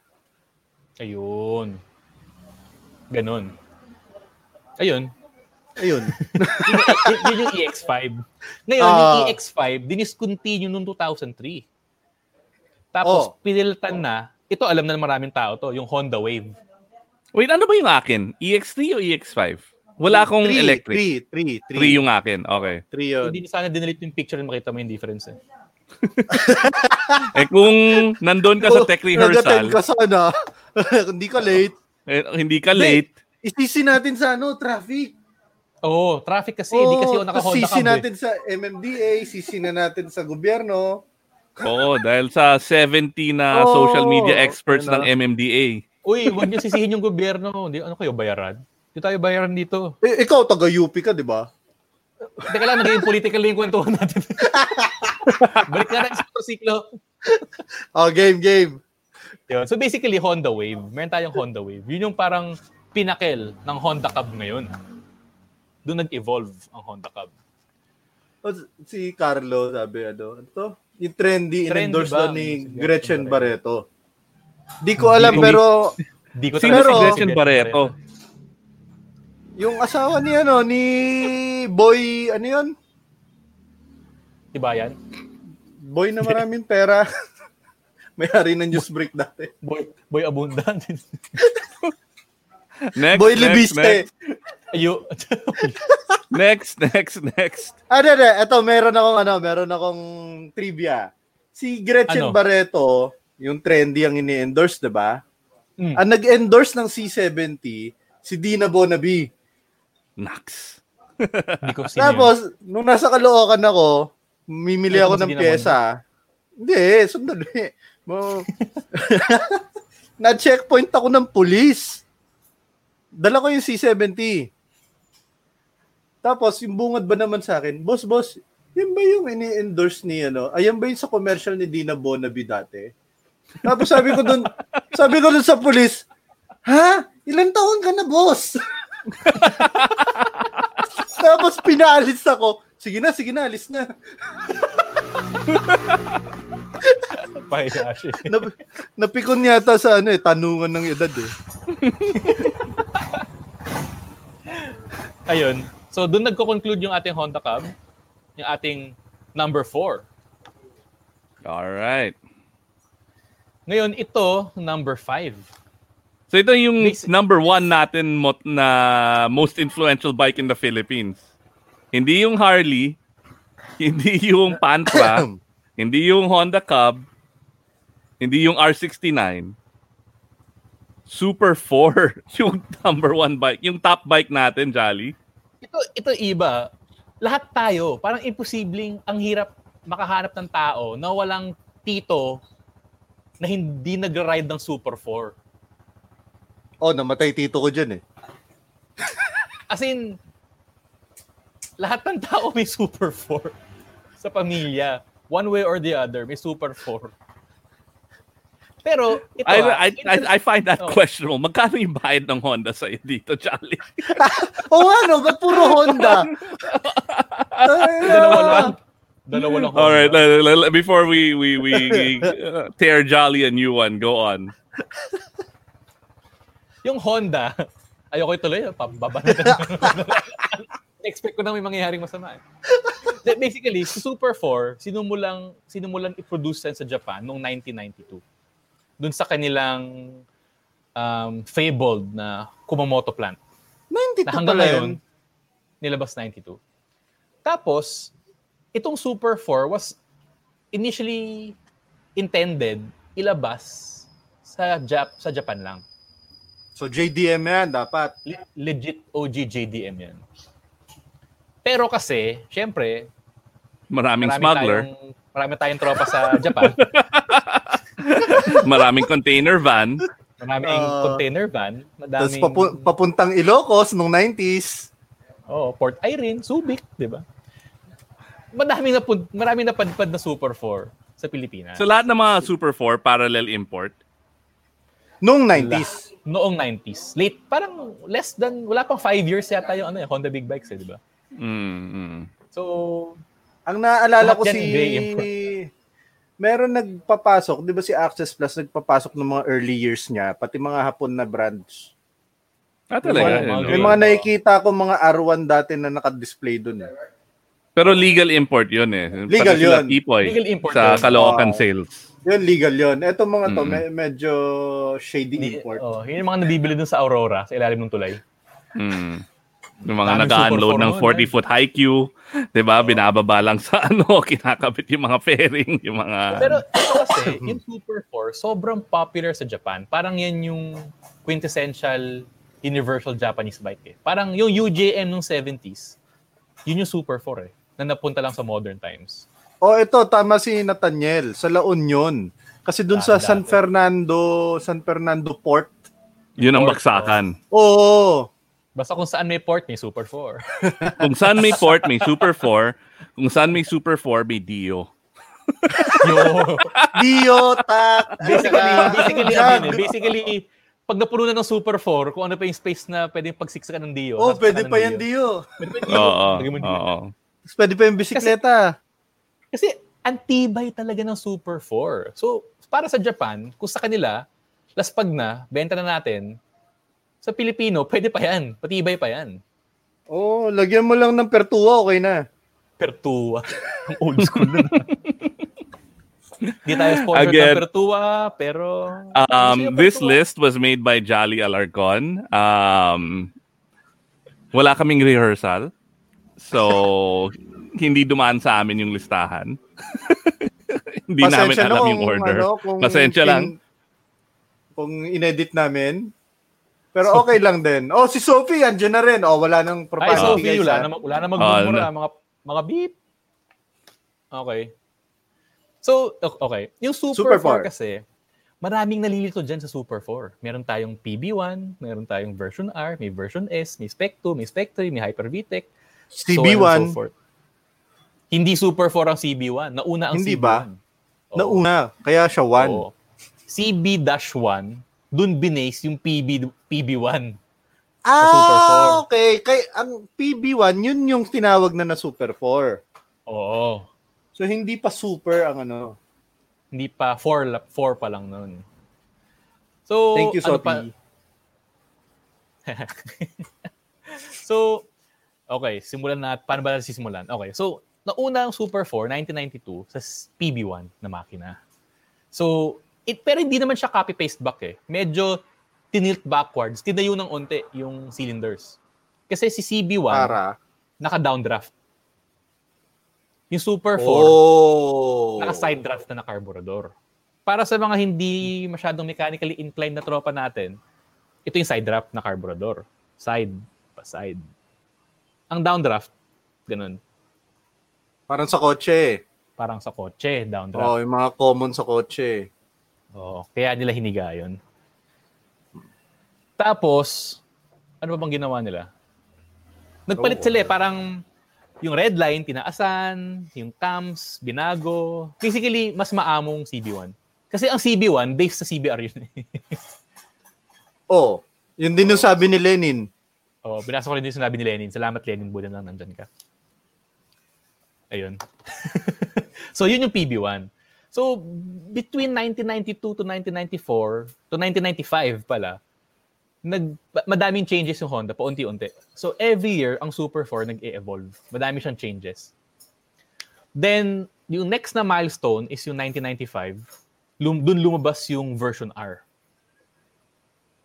[SPEAKER 2] Ayun. Ganon. Ayun.
[SPEAKER 6] Ayun.
[SPEAKER 2] Y- yun yung EX5. Ngayon, yung
[SPEAKER 6] Ah.
[SPEAKER 2] EX5, diniscontinue noong 2003.
[SPEAKER 6] Oh.
[SPEAKER 2] Tapos, pinilitan na, ito alam na ng maraming tao to, yung Honda Wave.
[SPEAKER 5] Wait, ano ba yung akin? EX3 o EX5? Wala akong
[SPEAKER 6] Three,
[SPEAKER 5] electric.
[SPEAKER 6] Three, three, three.
[SPEAKER 5] Three yung akin. Okay.
[SPEAKER 6] Three yun.
[SPEAKER 2] Hindi sana dinilit yung picture and makita mo yung difference. Eh.
[SPEAKER 5] Eh kung
[SPEAKER 6] Oh,
[SPEAKER 5] nandun ka sa tech
[SPEAKER 6] Nag-attend
[SPEAKER 5] rehearsal,
[SPEAKER 6] ano? ka sana. Hindi ka late.
[SPEAKER 5] eh, hindi ka late,
[SPEAKER 6] Isisi natin sa ano, traffic.
[SPEAKER 2] Oo, oh, traffic kasi. Hindi kasi ako
[SPEAKER 6] Oo,
[SPEAKER 2] naka-Honda
[SPEAKER 6] sisi
[SPEAKER 2] Cab, eh.
[SPEAKER 6] natin sa MMDA, sisi na natin sa gobyerno.
[SPEAKER 5] Oo, dahil sa 70 na
[SPEAKER 6] Oo,
[SPEAKER 5] social media experts
[SPEAKER 6] Oh, yun
[SPEAKER 5] ng
[SPEAKER 6] na.
[SPEAKER 5] MMDA.
[SPEAKER 2] Uy, huwag niyo sisihin yung gobyerno. Hindi, ano kayo, bayaran? Hindi tayo bayaran dito.
[SPEAKER 6] Eh, ikaw, taga-UP ka, di ba?
[SPEAKER 2] Teka lang, naging political na yung kwentuhan natin. Balik na natin sa motorsiklo.
[SPEAKER 6] Oh, game, game.
[SPEAKER 2] Yun. So basically, Honda Wave. Meron tayong Honda Wave. Yun yung parang pinakel ng Honda Cub ngayon. Doon nag-evolve ang Honda Cub.
[SPEAKER 6] O, Oh, si Carlo, sabi ano, ano to? Yung trendy,
[SPEAKER 2] Trendy
[SPEAKER 6] in-endorse
[SPEAKER 2] ba?
[SPEAKER 6] daw ni
[SPEAKER 2] Si
[SPEAKER 6] Gretchen
[SPEAKER 2] Gretchen
[SPEAKER 6] Barreto. Di ko alam, pero
[SPEAKER 2] Di ko
[SPEAKER 5] Sino
[SPEAKER 6] Pero-
[SPEAKER 5] si Gretchen Barreto?
[SPEAKER 6] yung asawa ni ano, ni Boy, ano yun?
[SPEAKER 2] Diba yan?
[SPEAKER 6] Boy na maraming pera. May hari ng news break dati.
[SPEAKER 2] Boy, boy Abundan.
[SPEAKER 5] Next,
[SPEAKER 6] Boy
[SPEAKER 5] next,
[SPEAKER 6] Libiste.
[SPEAKER 5] next,
[SPEAKER 2] Ayo.
[SPEAKER 5] next, next, next.
[SPEAKER 6] Ano, ano, eto, meron akong ano, meron akong trivia. Si Gretchen
[SPEAKER 2] Ano?
[SPEAKER 6] Barreto, yung trendy ang ini-endorse, di ba?
[SPEAKER 2] Mm.
[SPEAKER 6] Ang nag-endorse ng C70, si Dina Bonabi.
[SPEAKER 5] Nax.
[SPEAKER 2] Di ko sino
[SPEAKER 6] Tapos, nung nasa Caloocan ako, mimili
[SPEAKER 2] Ay,
[SPEAKER 6] ako
[SPEAKER 2] kung
[SPEAKER 6] ng
[SPEAKER 2] sino
[SPEAKER 6] pyesa. Hindi, sundan eh. Mo. Na-checkpoint ako ng pulis. Dala ko yung C70. Tapos, yung bungad ba naman sa akin, boss, boss, yan ba yung ini-endorse ni, ano, ayan ba yung sa commercial ni Dina Bonabi dati? Tapos sabi ko dun, sabi ko dun sa pulis, ha? Ilan taon ka na, boss? Tapos pinaalis ako. Sige na, sige na, alis na.
[SPEAKER 2] yun. Pahiya siya.
[SPEAKER 6] Nap- napikon yata sa ano eh, tanungan ng edad eh.
[SPEAKER 2] Ayun. So, doon nagko-conclude yung ating Honda Cub. Yung ating number 4.
[SPEAKER 5] All right.
[SPEAKER 2] Ngayon, ito, number 5.
[SPEAKER 5] So ito yung
[SPEAKER 2] Basic-
[SPEAKER 5] number one natin mo- na most influential bike in the Philippines. Hindi yung Harley, hindi yung Pantra, hindi yung Honda Cub, hindi yung R69. Super 4 yung number one bike. Yung top bike natin, Jolly.
[SPEAKER 2] Ito, ito iba. Lahat tayo, parang imposibleng ang hirap makahanap ng tao na walang tito na hindi nagra-ride ng Super 4.
[SPEAKER 6] Oh, namatay tito ko dyan eh.
[SPEAKER 2] As in, lahat ng tao may Super 4 sa pamilya. One way or the other, may Super 4. Pero, ito
[SPEAKER 5] I,
[SPEAKER 2] ah,
[SPEAKER 5] I, I, I find that
[SPEAKER 2] Oh.
[SPEAKER 5] questionable. Magkano yung bayad ng Honda sa'yo dito, Jolly?
[SPEAKER 6] Oo oh, ano, ba't puro Honda? Ay,
[SPEAKER 2] dalawa lang. Dalawa lang.
[SPEAKER 5] All right,
[SPEAKER 2] Honda.
[SPEAKER 5] let- let- let- before we we we uh, tear Jolly a new one, go on.
[SPEAKER 2] Yung Honda, ayoko ituloy, pababa na. Expect ko na may mangyayaring masama. eh. Then basically, si Super 4, sinumulang, sinumulan i-produce yan sa Japan noong 1992. Doon sa kanilang um, fabled na Kumamoto plant
[SPEAKER 6] 92
[SPEAKER 2] na hanggang
[SPEAKER 6] pala yun.
[SPEAKER 2] ngayon, nilabas 92. Tapos, itong Super 4 was initially intended ilabas sa Jap sa Japan lang.
[SPEAKER 6] So JDM yan, dapat.
[SPEAKER 2] Le- legit OG JDM yan. Pero kasi, syempre,
[SPEAKER 5] Maraming
[SPEAKER 2] marami
[SPEAKER 5] smuggler,
[SPEAKER 2] tayong, marami tayong tropa sa Japan.
[SPEAKER 5] maraming container van.
[SPEAKER 2] Maraming
[SPEAKER 6] Ah.
[SPEAKER 2] container van.
[SPEAKER 6] Tapos
[SPEAKER 2] Madaming,
[SPEAKER 6] papu- papuntang Ilocos nung 90s.
[SPEAKER 2] oh, Port Irene, Subic, di ba? Madaming na, maraming napadpad na Super 4 sa Pilipinas.
[SPEAKER 5] So lahat ng mga Super 4 parallel import.
[SPEAKER 6] Nung 90s.
[SPEAKER 2] noong 90s. Late, parang less than, wala pang 5 years yata yung ano, eh, Honda Big Bikes eh, di ba?
[SPEAKER 5] Mm, mm.
[SPEAKER 2] So,
[SPEAKER 6] Ang naalala ko
[SPEAKER 2] Lahat yan
[SPEAKER 6] si...
[SPEAKER 2] yung day
[SPEAKER 6] Meron nagpapasok, di ba si Access Plus nagpapasok ng mga early years niya, pati mga hapon na brands.
[SPEAKER 5] Ah, talaga.
[SPEAKER 2] May mga-
[SPEAKER 5] yun,
[SPEAKER 6] May
[SPEAKER 5] yun.
[SPEAKER 6] mga nakikita ko mga R1 dati na nakadisplay doon. Eh.
[SPEAKER 5] Pero legal import yun eh.
[SPEAKER 6] Legal
[SPEAKER 5] Pati sila
[SPEAKER 6] yun.
[SPEAKER 5] Tipoy
[SPEAKER 2] Legal import
[SPEAKER 5] Sa
[SPEAKER 2] yun.
[SPEAKER 5] Caloocan
[SPEAKER 6] Wow.
[SPEAKER 5] sales.
[SPEAKER 6] Yun, legal yun. Eto mga to,
[SPEAKER 5] Mm.
[SPEAKER 6] me- medyo shady
[SPEAKER 2] di,
[SPEAKER 6] import.
[SPEAKER 2] oh, yun yung mga nabibili dun sa Aurora, sa ilalim ng tulay.
[SPEAKER 5] Mm. Yung mga
[SPEAKER 2] Daming
[SPEAKER 5] nag-unload
[SPEAKER 2] Super
[SPEAKER 5] ng
[SPEAKER 2] 4 nun, eh.
[SPEAKER 5] 40-foot high Q, di ba? Binababa lang sa ano, kinakabit yung mga fairing, yung mga...
[SPEAKER 2] Pero ito kasi, yung Super 4, sobrang popular sa Japan. Parang yan yung quintessential Universal Japanese Bike eh. Parang yung UJM nung 70s, yun yung Super 4 eh, na napunta lang sa modern times.
[SPEAKER 6] Oh, ito tama si Nathaniel sa La Union. Kasi dun sa
[SPEAKER 2] Ah, Dati,
[SPEAKER 6] San
[SPEAKER 2] dati.
[SPEAKER 6] Fernando, San Fernando Port.
[SPEAKER 5] Yun ang baksakan.
[SPEAKER 6] Oo.
[SPEAKER 2] Basta kung saan may port, may Super 4.
[SPEAKER 5] Kung saan may port, may Super 4. Kung saan may Super 4, may Dio.
[SPEAKER 2] Yo.
[SPEAKER 6] Dio tak.
[SPEAKER 2] basically,
[SPEAKER 6] saka-
[SPEAKER 2] basically,
[SPEAKER 6] Gag.
[SPEAKER 2] ano yun eh, basically, pag napuno na ng Super 4, kung ano pa yung space na pwede pagsiksakan ng Dio.
[SPEAKER 6] Oh,
[SPEAKER 2] sasaksakan
[SPEAKER 6] pwede
[SPEAKER 2] ng
[SPEAKER 6] pa yan, Dio.
[SPEAKER 2] Pwede pa yung Dio.
[SPEAKER 5] Oo.
[SPEAKER 2] Lagyan mo yung Dio.
[SPEAKER 5] Oo.
[SPEAKER 6] Tapos Pwede pa yung bisikleta.
[SPEAKER 2] Kasi ang tibay talaga ng Super 4. So, para sa Japan, kung sa kanila, laspag na, benta na natin, sa Pilipino, pwede pa yan. Patibay pa yan.
[SPEAKER 6] Oo, oh, lagyan mo lang ng pertua, okay na.
[SPEAKER 2] Pertua. Ang old school na. Hindi tayo sponsored
[SPEAKER 5] Again.
[SPEAKER 2] ng Pertua, pero... Gusto
[SPEAKER 5] Um,
[SPEAKER 2] niyo
[SPEAKER 5] this
[SPEAKER 2] Pertua?
[SPEAKER 5] list was made by Jolly Alarcon. Um, wala kaming rehearsal. So, hindi dumaan sa amin yung listahan. hindi namin
[SPEAKER 6] Pasensya na
[SPEAKER 5] alam
[SPEAKER 6] kung
[SPEAKER 5] yung order.
[SPEAKER 6] ano, kung
[SPEAKER 5] Pasensya
[SPEAKER 6] in-
[SPEAKER 5] lang.
[SPEAKER 6] Kung inedit namin. Pero okay lang din. Oh, si Sophie, andyan na rin. Oh, wala nang
[SPEAKER 2] Ay,
[SPEAKER 6] profanity.
[SPEAKER 2] Sophie,
[SPEAKER 6] guys,
[SPEAKER 2] wala
[SPEAKER 6] ah.
[SPEAKER 2] na, wala na magmumura.
[SPEAKER 5] Ah,
[SPEAKER 2] mga, mga beep. Okay. So, o- okay. Yung Super,
[SPEAKER 6] Super 4.
[SPEAKER 2] 4 kasi, maraming nalilito dyan sa Super 4. Meron tayong PB1, meron tayong version R, may version S, may Spec 2, may Spec 3, may Hyper VTech. so on and
[SPEAKER 6] CB1.
[SPEAKER 2] so forth. Hindi Super 4 ang CB1. Nauna ang
[SPEAKER 6] Hindi
[SPEAKER 2] CB1.
[SPEAKER 6] ba?
[SPEAKER 2] Oo.
[SPEAKER 6] Nauna. Kaya siya one.
[SPEAKER 2] Oo. CB-1, dun binase yung PB, PB1. Sa Super Four.
[SPEAKER 6] Ah, okay. Kay, ang PB1, yun yung tinawag na na Super 4.
[SPEAKER 2] Oo.
[SPEAKER 6] So, hindi pa super ang ano.
[SPEAKER 2] Hindi pa, 4 four pa lang nun. So,
[SPEAKER 6] Thank you,
[SPEAKER 2] ano
[SPEAKER 6] Sophie.
[SPEAKER 2] pa- so, okay, simulan na. Paano ba natin sisimulan? Okay, so, nauna ang Super 4, 1992, sa s- PB1 na makina. So, it, pero hindi naman siya copy-paste back eh. Medyo tinilt backwards, tinayo ng onte yung cylinders. Kasi si CB1,
[SPEAKER 6] Para.
[SPEAKER 2] naka-downdraft. Yung Super 4,
[SPEAKER 6] Oh.
[SPEAKER 2] naka-side draft na na carburador. Para sa mga hindi masyadong mechanically inclined na tropa natin, ito yung side draft na carburador. Side, pa side. Ang downdraft, ganun.
[SPEAKER 6] Parang sa kotse.
[SPEAKER 2] Parang sa kotse,
[SPEAKER 6] Oh,
[SPEAKER 2] downdraft.
[SPEAKER 6] yung mga common sa kotse.
[SPEAKER 2] Oo. Kaya nila hiniga yun. Tapos, ano ba bang ginawa nila? Nagpalit
[SPEAKER 6] Oo.
[SPEAKER 2] sila eh, parang yung red line, tinaasan, yung cams, binago. Basically, mas maamong CB1. Kasi ang CB1, based sa CBR yun. eh.
[SPEAKER 6] Oh, yun din yung sabi ni Lenin.
[SPEAKER 2] Oh, binasa ko rin din yung sinabi ni Lenin. Salamat Lenin, buti na lang nandyan ka. Ayun. so yun yung PB1. So between 1992 to 1994 to 1995 pala, nag ba- madaming changes yung Honda paunti-unti. So every year ang Super 4 nag-evolve. Madami siyang changes. Then yung next na milestone is yung 1995. Lum- dun lumabas yung version R.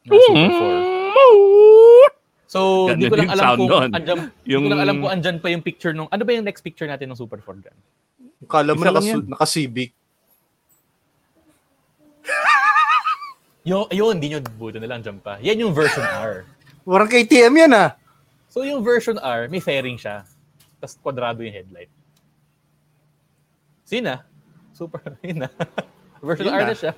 [SPEAKER 2] ng Super 4. So,
[SPEAKER 5] Hmm. Ganun
[SPEAKER 2] hindi ko lang
[SPEAKER 5] yung
[SPEAKER 2] alam
[SPEAKER 5] sound
[SPEAKER 2] kung
[SPEAKER 5] nun.
[SPEAKER 2] andyan,
[SPEAKER 5] Yung-
[SPEAKER 2] yung... ko lang alam kung andyan pa yung picture nung, ano ba yung next picture natin ng Super Ford dyan?
[SPEAKER 6] Kala mo
[SPEAKER 5] Isa lang
[SPEAKER 6] naka,
[SPEAKER 5] yan.
[SPEAKER 6] naka-civic.
[SPEAKER 2] Yo, yun, hindi nyo buto na lang dyan pa. Yan yung version R.
[SPEAKER 6] Parang KTM yan ah.
[SPEAKER 2] So, yung version R, may fairing siya. Tapos kwadrado yung headlight. So, yun na. Super, yun na. version
[SPEAKER 6] Yun
[SPEAKER 2] R
[SPEAKER 6] na.
[SPEAKER 2] na siya.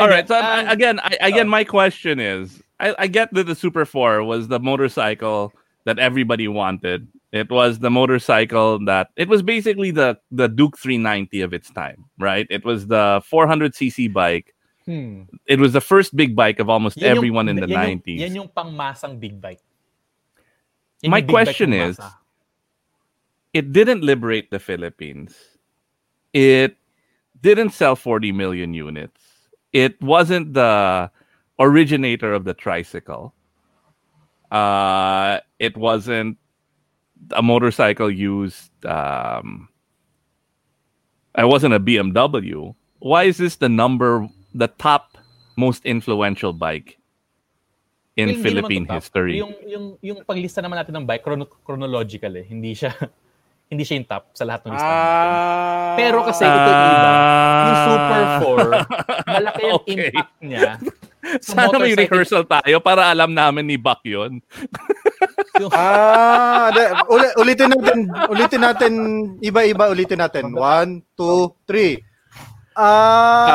[SPEAKER 5] All right. So
[SPEAKER 2] Ah.
[SPEAKER 5] I- again, I, again, my question is: I, I get that the Super Four was the motorcycle that everybody wanted. It was the motorcycle that it was basically the the Duke 390 of its time, right? It was the 400cc bike.
[SPEAKER 2] Hmm.
[SPEAKER 5] It was the first big bike of almost
[SPEAKER 2] Yan yung-
[SPEAKER 5] everyone in the
[SPEAKER 2] yan yung-
[SPEAKER 5] 90s.
[SPEAKER 2] Yan yung pangmasang big bike.
[SPEAKER 5] My
[SPEAKER 2] yung big bike
[SPEAKER 5] question is,
[SPEAKER 2] ng masa.
[SPEAKER 5] it didn't liberate the Philippines. It didn't sell 40 million units. It wasn't the originator of the tricycle. Uh, it wasn't a motorcycle used. Um, it wasn't a BMW. Why is this the number, the top most influential bike in
[SPEAKER 2] Well, hindi naman
[SPEAKER 5] Philippine
[SPEAKER 2] ano to top.
[SPEAKER 5] history?
[SPEAKER 2] Yung, yung, yung paglista naman natin ng bike, chrono- chronological eh. Hindi siya, hindi siya yung top sa lahat ng listahan.
[SPEAKER 5] Ah,
[SPEAKER 2] Pero kasi ito yung iba, uh,
[SPEAKER 5] Uh,
[SPEAKER 2] yung Super 4, malaki yung
[SPEAKER 5] Okay.
[SPEAKER 2] impact niya. sa
[SPEAKER 5] Sana may
[SPEAKER 2] motorcycle.
[SPEAKER 5] rehearsal ano, tayo para alam namin ni Buck yun.
[SPEAKER 6] Ah, da- uli- ulitin natin, ulitin natin, iba-iba ulitin natin. One, two, three.
[SPEAKER 2] Ah.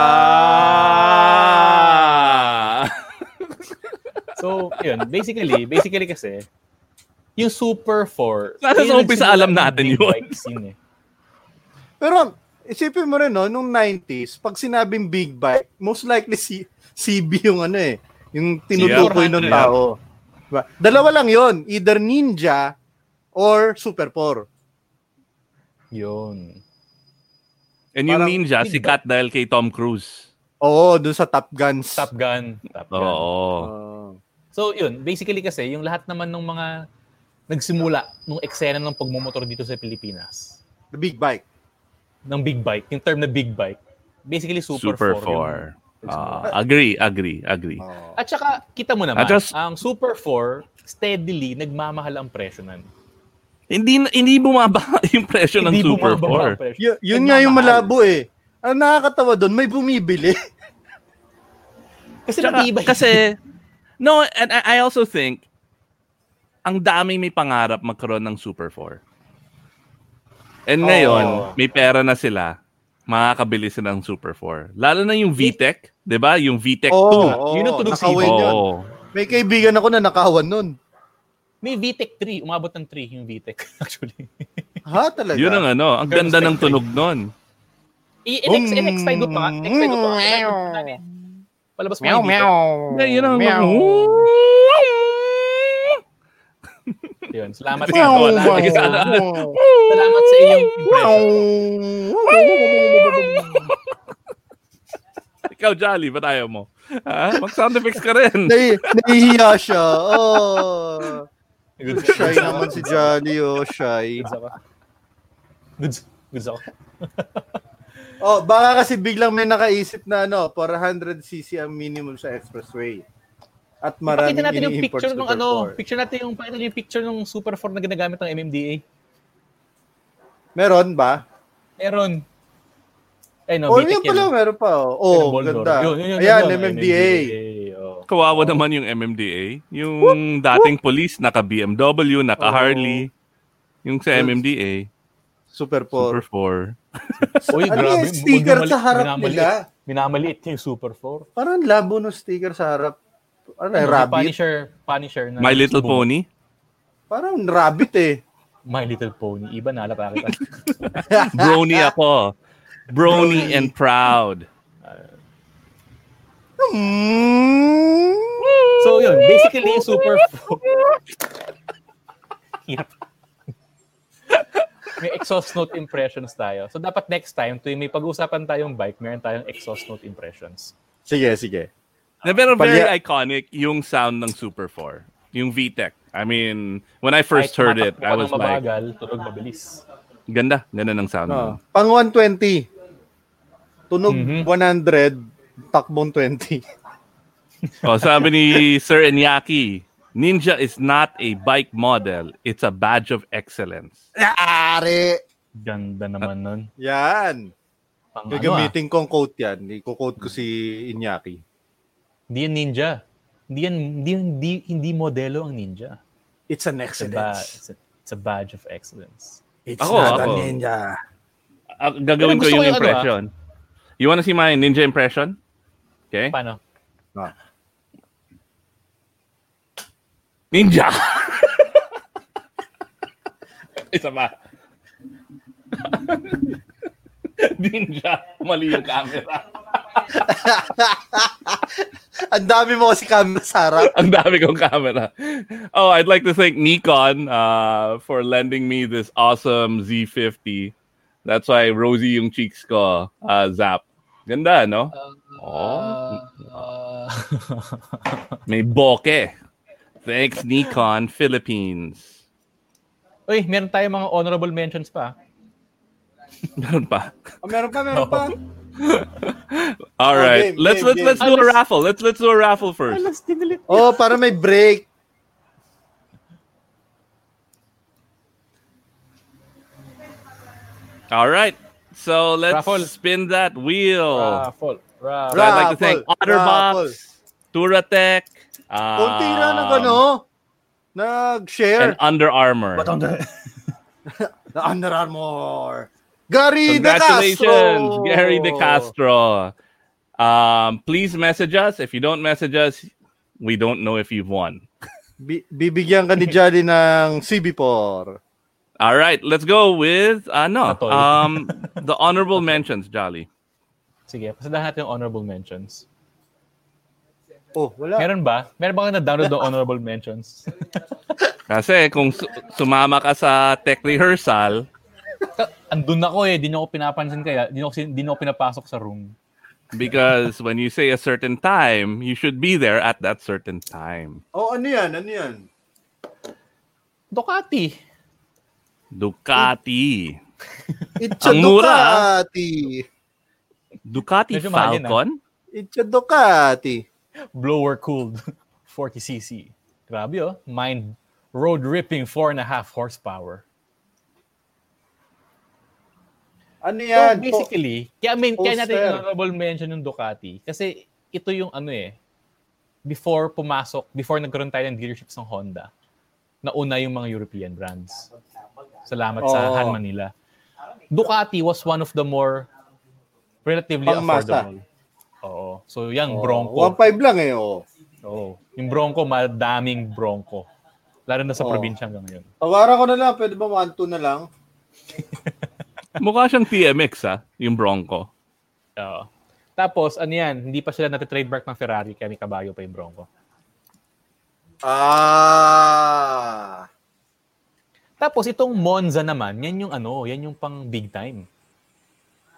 [SPEAKER 6] Ah,
[SPEAKER 2] So, yun. Basically, basically kasi, yung Super 4,
[SPEAKER 5] Sana
[SPEAKER 2] yun
[SPEAKER 5] sa umpisa
[SPEAKER 2] yung nagsimula
[SPEAKER 5] alam
[SPEAKER 2] ng
[SPEAKER 5] natin
[SPEAKER 2] big
[SPEAKER 5] yun.
[SPEAKER 2] bikes yun eh.
[SPEAKER 6] Pero isipin mo rin, no, nung 90s, pag sinabing big bike, most likely si CB yung ano eh, yung tinutukoy
[SPEAKER 2] Yeah.
[SPEAKER 6] ng
[SPEAKER 2] Yeah.
[SPEAKER 6] tao. Diba? Dalawa lang yon either ninja or super 4.
[SPEAKER 2] Yun.
[SPEAKER 5] And yung
[SPEAKER 6] Parang-
[SPEAKER 5] ninja, sikat dahil kay Tom Cruise.
[SPEAKER 6] Oo, doon sa Top Guns.
[SPEAKER 2] Top Gun. Top Gun.
[SPEAKER 5] Oo.
[SPEAKER 6] Oo.
[SPEAKER 2] So, yun. Basically kasi, yung lahat naman ng mga nagsimula nung eksena ng pagmumotor dito sa Pilipinas,
[SPEAKER 6] the big bike.
[SPEAKER 2] ng big bike, yung term na big bike, basically Super,
[SPEAKER 5] Super
[SPEAKER 2] 4. yung-
[SPEAKER 5] 4. Ah, agree, agree, agree.
[SPEAKER 2] At saka, kita mo naman,
[SPEAKER 5] At just-
[SPEAKER 2] ang Super 4, steadily, nagmamahal ang presyo nun.
[SPEAKER 5] Hindi hindi bumaba yung presyo ng Super
[SPEAKER 2] bumababa ang
[SPEAKER 5] 4.
[SPEAKER 2] presyo.
[SPEAKER 6] Y- yun nga yung
[SPEAKER 2] Nagmamahal.
[SPEAKER 6] malabo eh. Ang nakakatawa doon, may bumibili.
[SPEAKER 2] Kasi
[SPEAKER 5] Tsaka,
[SPEAKER 2] nag-iiba.
[SPEAKER 5] Ah, kasi no, and I I also think ang daming may pangarap magkaroon ng Super 4. And ngayon,
[SPEAKER 6] Oo.
[SPEAKER 5] may pera na sila, makakabili sila ng Super 4. Lalo na yung VTEC, 'di ba? Yung VTEC 2.
[SPEAKER 2] Yun ang tunog sa
[SPEAKER 6] nakawin
[SPEAKER 2] ibon.
[SPEAKER 6] Oh, yun.
[SPEAKER 5] Oo.
[SPEAKER 6] May kaibigan ako na nakawan nun.
[SPEAKER 2] May VTEC 3. Umabot ng 3 yung VTEC, actually.
[SPEAKER 6] Ha, talaga?
[SPEAKER 5] Yun ang ano, ang ganda ng tunog noon.
[SPEAKER 2] I-next,
[SPEAKER 6] Mm.
[SPEAKER 2] next tayo pa. Next tayo pa. Palabas mo yung VTEC.
[SPEAKER 5] Yeah, yun ang
[SPEAKER 2] Yun. Salamat.
[SPEAKER 5] Meow,
[SPEAKER 2] Salamat.
[SPEAKER 5] meow.
[SPEAKER 2] Salamat.
[SPEAKER 5] ano,
[SPEAKER 2] Salamat sa iyong impression.
[SPEAKER 5] Ikaw, Jolly, ba't ayaw mo? Ha? Mag-sound effects ka rin.
[SPEAKER 6] Nai- nahihiya siya. Oh.
[SPEAKER 2] Good
[SPEAKER 6] Shy naman si Johnny, oh, shy.
[SPEAKER 2] Goods ako. Goods, goods ako.
[SPEAKER 6] Oh, baka kasi biglang may nakaisip na ano, 400cc ang minimum sa expressway. At maraming
[SPEAKER 2] Pakita natin yung
[SPEAKER 6] ini-import
[SPEAKER 2] picture ng
[SPEAKER 6] Super
[SPEAKER 2] ano,
[SPEAKER 6] 4.
[SPEAKER 2] picture natin yung pakita niyo yung picture ng Super 4 na ginagamit ng MMDA.
[SPEAKER 6] Meron ba?
[SPEAKER 2] Meron. Ay no,
[SPEAKER 6] oh, yun
[SPEAKER 2] VTEC yan.
[SPEAKER 6] pala, meron pa. Oh,
[SPEAKER 2] Yan
[SPEAKER 6] oh
[SPEAKER 2] ang Boldor.
[SPEAKER 6] ganda.
[SPEAKER 2] Yun, yun, yun,
[SPEAKER 6] Ayan,
[SPEAKER 2] yun, yun,
[SPEAKER 6] MMDA.
[SPEAKER 2] oh.
[SPEAKER 5] Kawawa naman yung MMDA. Yung dating police, naka-BMW, naka-Harley. Yung sa MMDA,
[SPEAKER 6] Super 4.
[SPEAKER 5] Super 4.
[SPEAKER 2] Uy,
[SPEAKER 6] Ano
[SPEAKER 2] grabe.
[SPEAKER 6] yung sticker
[SPEAKER 2] minamali-
[SPEAKER 6] sa harap
[SPEAKER 2] minamaliit-
[SPEAKER 6] nila?
[SPEAKER 2] Minamaliit yung Super 4.
[SPEAKER 6] Parang labo ng sticker sa harap. Ano,
[SPEAKER 2] Ano,
[SPEAKER 6] rabbit?
[SPEAKER 2] Punisher, Punisher na.
[SPEAKER 5] My Little Pony.
[SPEAKER 6] Parang rabbit eh.
[SPEAKER 2] My Little Pony. Iba na alata kita.
[SPEAKER 5] Brony ako. Brony and proud.
[SPEAKER 2] so yun, basically yung Super 4. Hirap. may exhaust note impressions tayo. So dapat next time, tuwing may pag-uusapan tayong bike, meron tayong exhaust note impressions.
[SPEAKER 6] Sige, sige.
[SPEAKER 5] Na pero very
[SPEAKER 6] Palya-
[SPEAKER 5] iconic yung sound ng Super 4. Yung VTEC. I mean, when I first
[SPEAKER 2] Kahit
[SPEAKER 5] heard it, I
[SPEAKER 2] tumatakbo ka
[SPEAKER 5] was
[SPEAKER 2] ng
[SPEAKER 5] like,
[SPEAKER 2] mabagal, tunog mabilis.
[SPEAKER 5] ganda, ganda ng sound.
[SPEAKER 6] No.
[SPEAKER 5] nun.
[SPEAKER 6] Ah. Pang 120. Tunog
[SPEAKER 2] Mhm.
[SPEAKER 6] 100, takbong 20.
[SPEAKER 5] Oh, sabi ni Sir Enyaki, Ninja is not a bike model, it's a badge of excellence.
[SPEAKER 6] Yari!
[SPEAKER 2] Ganda naman nun.
[SPEAKER 6] Yan.
[SPEAKER 2] Pang ano ah,
[SPEAKER 6] Gagamitin kong quote yan. Iko-quote ko si Inyaki.
[SPEAKER 2] hindi yan ninja. Hindi yan, hindi, hindi, hindi modelo ang ninja.
[SPEAKER 6] It's an
[SPEAKER 2] It's a, ba- it's a- it's a badge of excellence.
[SPEAKER 6] It's
[SPEAKER 5] Ako, not a ako.
[SPEAKER 6] ninja.
[SPEAKER 5] Ah, gagawin ko
[SPEAKER 2] Pero gusto
[SPEAKER 5] yung
[SPEAKER 2] ko yung ano,
[SPEAKER 5] impression. You wanna see my ninja impression? Okay?
[SPEAKER 2] Paano?
[SPEAKER 5] Ninja! Isa pa. ninja. Mali yung camera.
[SPEAKER 6] Ang dami mo kasi camera sa harap.
[SPEAKER 5] Ang dami kong camera. Oh, I'd like to thank Nikon uh, for lending me this awesome Z50. That's why rosy yung cheeks ko, uh, Zap. Ganda, no? oh.
[SPEAKER 2] Uh,
[SPEAKER 5] May bokeh. Thanks, Nikon Philippines.
[SPEAKER 2] Uy, meron tayong mga honorable mentions pa.
[SPEAKER 5] Meron pa.
[SPEAKER 6] Oh, meron pa, meron pa.
[SPEAKER 5] All
[SPEAKER 6] Oh,
[SPEAKER 5] right,
[SPEAKER 6] game,
[SPEAKER 5] let's
[SPEAKER 6] game,
[SPEAKER 5] let's let's
[SPEAKER 6] game.
[SPEAKER 5] do a raffle. Let's let's do a raffle first.
[SPEAKER 2] Alas, tinulit.
[SPEAKER 6] Oh, para may break.
[SPEAKER 5] All right. So let's
[SPEAKER 2] Raffle.
[SPEAKER 5] spin that wheel.
[SPEAKER 2] Raffle.
[SPEAKER 5] So I'd like to thank
[SPEAKER 6] Raffle. Raffle.
[SPEAKER 5] Otterbox, Turatech, um,
[SPEAKER 6] Kunti na nag ano,
[SPEAKER 5] and
[SPEAKER 6] nag-share.
[SPEAKER 5] Under Armour.
[SPEAKER 6] But on the- na
[SPEAKER 5] uh,
[SPEAKER 6] Under Armour. Gary De
[SPEAKER 5] Congratulations,
[SPEAKER 6] Castro!
[SPEAKER 5] Gary De Castro. Um, please message us. If you don't message us, we don't know if you've won.
[SPEAKER 6] Bi- bibigyan ka ni Jolly ng CB4.
[SPEAKER 5] All right, let's go with uh, no.
[SPEAKER 2] Atol.
[SPEAKER 5] Um, the honorable mentions, Jolly.
[SPEAKER 2] Sige, pasandahan natin yung honorable mentions.
[SPEAKER 6] Oh, wala.
[SPEAKER 2] Meron ba? Meron ba kayo na-download ng honorable mentions?
[SPEAKER 5] Kasi kung su- sumama ka sa tech rehearsal,
[SPEAKER 2] Andun ako eh, di nyo ako pinapansin kaya, di nyo, ako sin- di nyo ako pinapasok sa room.
[SPEAKER 5] because when you say a certain time, you should be there at that certain time.
[SPEAKER 6] Oh, ano yan? Ano yan?
[SPEAKER 2] Ducati.
[SPEAKER 5] Ducati.
[SPEAKER 6] It's
[SPEAKER 5] Ang mura, ah.
[SPEAKER 6] Ducati.
[SPEAKER 5] Ducati
[SPEAKER 2] Medyo mahal yun, ah.
[SPEAKER 5] Falcon?
[SPEAKER 6] It's a Ducati.
[SPEAKER 2] Blower cooled 40cc. Grabe oh. Mind road ripping 4.5 horsepower.
[SPEAKER 6] Ano
[SPEAKER 2] So
[SPEAKER 6] yan?
[SPEAKER 2] basically, kaya, I mean, kaya natin
[SPEAKER 6] Poster.
[SPEAKER 2] honorable mention yung Ducati kasi ito yung ano eh before pumasok, before nagkaroon tayo ng dealerships ng Honda, nauna yung mga European brands. Salamat sa
[SPEAKER 6] Oo.
[SPEAKER 2] Han Manila. Ducati was one of the more relatively
[SPEAKER 6] Pangmasa.
[SPEAKER 2] affordable. Oo. So,
[SPEAKER 6] Oh,
[SPEAKER 2] yung Bronco.
[SPEAKER 6] 1.5 lang eh, oh.
[SPEAKER 2] Oo. Yung Bronco, madaming Bronco. Lalo na sa
[SPEAKER 6] Oo.
[SPEAKER 2] probinsya hanggang ngayon.
[SPEAKER 6] Tawaran ko na lang. Pwede ba 1.2 na lang?
[SPEAKER 5] Mukha siyang TMX ah, yung Bronco.
[SPEAKER 2] Oo. Tapos, ano yan, hindi pa sila natitrademark ng Ferrari kaya may kabayo pa yung Bronco.
[SPEAKER 6] Ah.
[SPEAKER 2] Tapos itong Monza naman, yan yung ano, yan yung pang big time.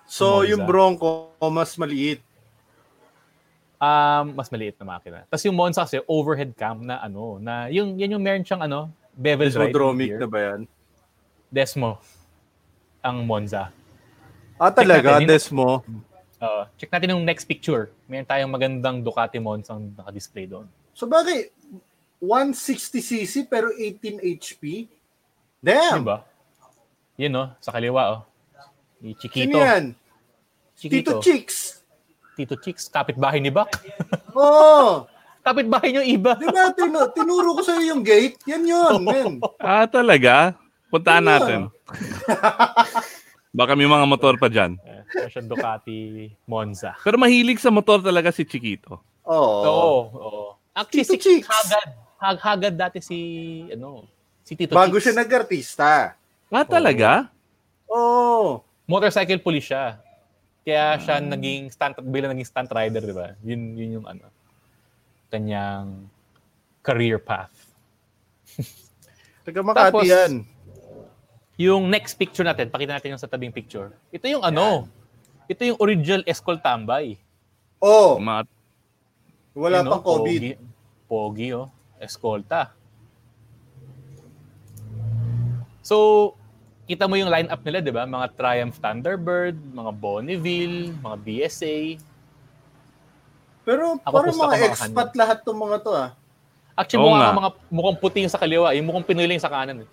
[SPEAKER 6] So,
[SPEAKER 2] Monza.
[SPEAKER 6] yung Bronco, mas maliit.
[SPEAKER 2] Um, mas maliit na makina. Tapos yung Monza kasi overhead cam na ano, na yung yan yung meron siyang ano, bevel drive.
[SPEAKER 6] Desmodromic
[SPEAKER 2] gear.
[SPEAKER 6] na ba yan?
[SPEAKER 2] Desmo. Ang Monza.
[SPEAKER 6] Ah, talaga?
[SPEAKER 2] natin, yun-
[SPEAKER 6] Desmo?
[SPEAKER 2] Oo. check natin yung next picture. Meron tayong magandang Ducati Monza ang naka-display doon.
[SPEAKER 6] So, bagay, 160cc pero 18 HP? Damn!
[SPEAKER 2] Di ba? Yun no, sa kaliwa oh. Ni Chiquito.
[SPEAKER 6] Sino yan? Tito
[SPEAKER 2] Chiquito.
[SPEAKER 6] Chicks!
[SPEAKER 2] Tito Chicks, kapitbahay ni Bak.
[SPEAKER 6] Oo!
[SPEAKER 2] kapitbahay niyo iba.
[SPEAKER 6] Di ba, tinu- tinuro ko sa'yo yung gate? Yan yun, men.
[SPEAKER 5] Ah, talaga? Puntaan
[SPEAKER 6] Ano?
[SPEAKER 5] natin. Baka may mga motor pa dyan.
[SPEAKER 2] Meron siyang Eh, Ducati Monza.
[SPEAKER 5] Pero mahilig sa motor talaga si Chiquito.
[SPEAKER 6] Oo.
[SPEAKER 2] Oo, oo. Actually,
[SPEAKER 6] Tito
[SPEAKER 2] si
[SPEAKER 6] Chicks.
[SPEAKER 2] Hagad, hag, hagad dati si, ano, si Tito
[SPEAKER 6] Bago
[SPEAKER 2] Chicks.
[SPEAKER 6] siya nag-artista.
[SPEAKER 5] Ah, talaga?
[SPEAKER 6] Oo.
[SPEAKER 2] Motorcycle police siya.
[SPEAKER 6] Hmm.
[SPEAKER 2] Kaya siya naging stunt, bilang naging stunt rider, di ba? Yun, yun yung ano, kanyang career path.
[SPEAKER 6] Taga Makati
[SPEAKER 2] Tapos,
[SPEAKER 6] yan.
[SPEAKER 2] Yung next picture natin, pakita natin yung sa tabing picture. Ito yung ano, ito yung original Escol Tambay.
[SPEAKER 6] Oo.
[SPEAKER 5] Ma-
[SPEAKER 6] Wala
[SPEAKER 2] Yun,
[SPEAKER 6] pang
[SPEAKER 2] oh,
[SPEAKER 6] COVID.
[SPEAKER 2] Pogi, pogi oh. Escolta. So, kita mo yung lineup nila, di ba? Mga Triumph Thunderbird, mga Bonneville, mga BSA.
[SPEAKER 6] Pero
[SPEAKER 2] Ako
[SPEAKER 6] parang
[SPEAKER 2] gusto
[SPEAKER 6] mga
[SPEAKER 2] ko mga
[SPEAKER 6] expat lahat tong mga to ah.
[SPEAKER 2] Actually,
[SPEAKER 5] Oo nga.
[SPEAKER 2] mukha mga mukhang puti yung sa kaliwa, yung mukhang Pinoy lang yung sa kanan. eh.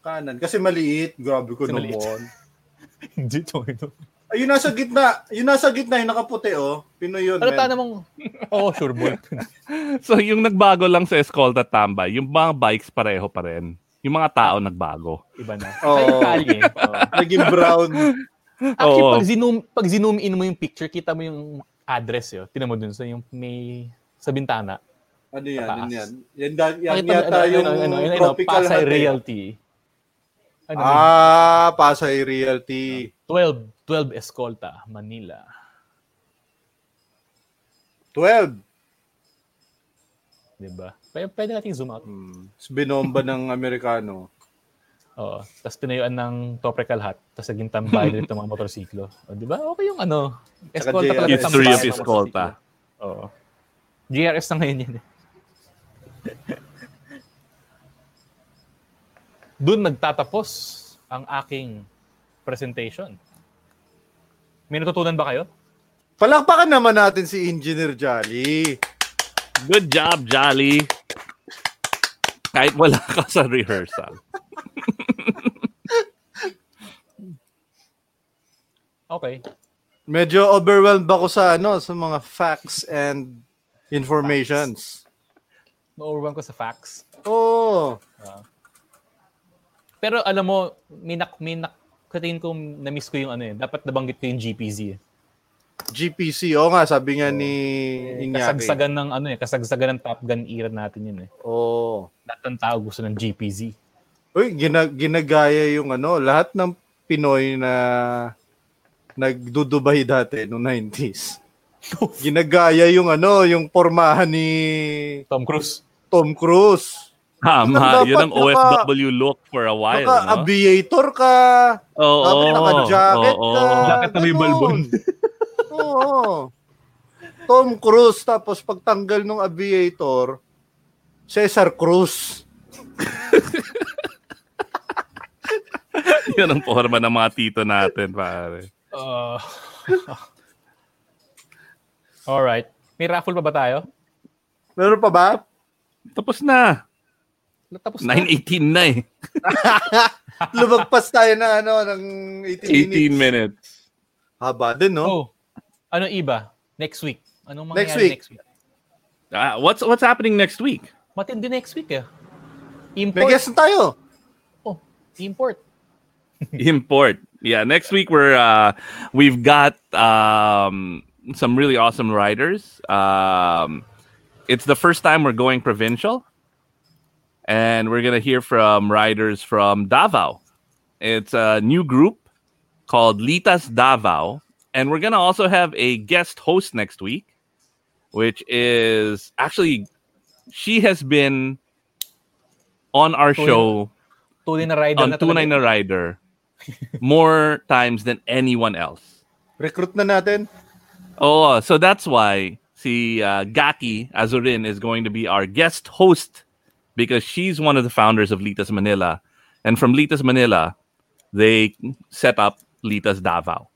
[SPEAKER 6] Kanan. Kasi maliit. Grabe ko
[SPEAKER 2] Kasi maliit.
[SPEAKER 6] naman.
[SPEAKER 2] Hindi to, ito.
[SPEAKER 6] Ay, yung nasa gitna. Yung nasa gitna, yung nakaputi oh. Pinoy yun,
[SPEAKER 2] Ano
[SPEAKER 6] men.
[SPEAKER 2] tayo namang, oh, sure boy.
[SPEAKER 5] So, yung nagbago lang sa Escolta Tambay, yung mga bikes pareho pa rin. Yung mga tao nagbago.
[SPEAKER 2] Iba na.
[SPEAKER 6] Oo.
[SPEAKER 2] Ay, kali eh. Oo.
[SPEAKER 6] Naging brown.
[SPEAKER 2] Actually,
[SPEAKER 5] Oo.
[SPEAKER 2] pag, zoom, pag zoom in mo yung picture, kita mo yung address yun. Tinan mo dun sa yung may, sa bintana.
[SPEAKER 6] Ano yan?
[SPEAKER 2] Pataas.
[SPEAKER 6] Ano yan? Yan, yan, yan
[SPEAKER 2] Nakita mo,
[SPEAKER 6] yata
[SPEAKER 2] ano, ano,
[SPEAKER 6] yung
[SPEAKER 2] ano, ano, ano,
[SPEAKER 6] tropical
[SPEAKER 2] Pasay
[SPEAKER 6] hati.
[SPEAKER 2] Realty. Ano,
[SPEAKER 6] Ah, Pasay Realty.
[SPEAKER 2] 12, 12 Escolta, Manila.
[SPEAKER 6] 12.
[SPEAKER 2] Diba? Pwede, pwede natin zoom out.
[SPEAKER 6] Hmm. Binomba ng Amerikano.
[SPEAKER 2] Oo. Tapos tinayuan ng Toprecal Hut. Tapos naging tambay ulit ng mga motorsiklo. O, diba? Okay yung ano.
[SPEAKER 6] Tsaka
[SPEAKER 2] Escolta
[SPEAKER 6] JRS.
[SPEAKER 2] pala.
[SPEAKER 5] History of
[SPEAKER 2] tambay ng
[SPEAKER 5] Escolta.
[SPEAKER 2] motorsiklo. Oo. GRS na ngayon yan. eh. Doon nagtatapos ang aking presentation. May natutunan ba kayo?
[SPEAKER 6] Palakpakan naman natin si Engineer Jolly.
[SPEAKER 5] Good job, Jolly. Kahit wala ka sa rehearsal.
[SPEAKER 2] Okay.
[SPEAKER 6] Medyo overwhelmed ako sa ano sa mga facts and informations.
[SPEAKER 2] Na-overwhelm ko sa facts.
[SPEAKER 6] Oo.
[SPEAKER 2] Ah. pero alam mo, minak, minak, sa tingin ko, na-miss ko yung ano eh. Dapat nabanggit ko yung GPZ eh.
[SPEAKER 6] GPC, oo nga, sabi nga ni Inyaki.
[SPEAKER 2] Kasagsagan ng ano eh, kasagsagan ng Top Gun era natin yun eh.
[SPEAKER 6] Oo.
[SPEAKER 2] Lahat ng tao gusto ng GPZ.
[SPEAKER 6] Oh. Uy, gina- ginagaya yung ano, lahat ng Pinoy na nagdudubay dati noong 90s. Ginagaya yung ano, yung pormahan ni
[SPEAKER 2] Tom Cruise.
[SPEAKER 6] Tom Cruise.
[SPEAKER 5] Tama, yun ang
[SPEAKER 6] Dapat naka-
[SPEAKER 5] OFW look for a while,
[SPEAKER 2] ano?
[SPEAKER 5] no?
[SPEAKER 6] Naka-aviator ka.
[SPEAKER 5] Oo,
[SPEAKER 6] Dapat naka-jacket
[SPEAKER 5] oo,
[SPEAKER 6] ka.
[SPEAKER 5] oo.
[SPEAKER 2] Jacket na may
[SPEAKER 6] ganun.
[SPEAKER 2] balbon.
[SPEAKER 6] Oo. Tom Cruise, tapos pagtanggal ng aviator, Cesar Cruz.
[SPEAKER 5] yun ang forma ng mga tito natin, pare.
[SPEAKER 2] Uh, all right. May raffle pa ba tayo?
[SPEAKER 6] Meron pa ba?
[SPEAKER 5] Tapos na.
[SPEAKER 2] Natapos na.
[SPEAKER 5] 9.18 na eh.
[SPEAKER 6] Lumagpas tayo na ano, ng
[SPEAKER 5] 18
[SPEAKER 6] 18 minutes.
[SPEAKER 5] minutes.
[SPEAKER 6] Haba din, no?
[SPEAKER 2] Oh. Ano iba? Next week. Anong mangyayari
[SPEAKER 6] Next
[SPEAKER 2] next
[SPEAKER 6] week.
[SPEAKER 2] week?
[SPEAKER 5] Ah, what's what's happening next week?
[SPEAKER 2] Matindi next week eh.
[SPEAKER 6] May
[SPEAKER 2] Import.
[SPEAKER 6] guest na tayo.
[SPEAKER 2] Oh, import.
[SPEAKER 5] import. Yeah, next week we're uh we've got um some really awesome writers. Um it's the first time we're going provincial and we're going to hear from writers from Davao. It's a new group called Litas Davao and we're going to also have a guest host next week which is actually she has been on our
[SPEAKER 2] Tuloy-
[SPEAKER 5] show
[SPEAKER 2] Tunay na rider
[SPEAKER 5] on
[SPEAKER 2] na
[SPEAKER 5] Um, Tunay na Rider more times than anyone else.
[SPEAKER 6] Recruit na natin.
[SPEAKER 5] Oh, so that's why si uh, Gaki Azurin is going to be our guest host because she's one of the founders of Litas Manila. And from Litas Manila, they set up Litas Davao.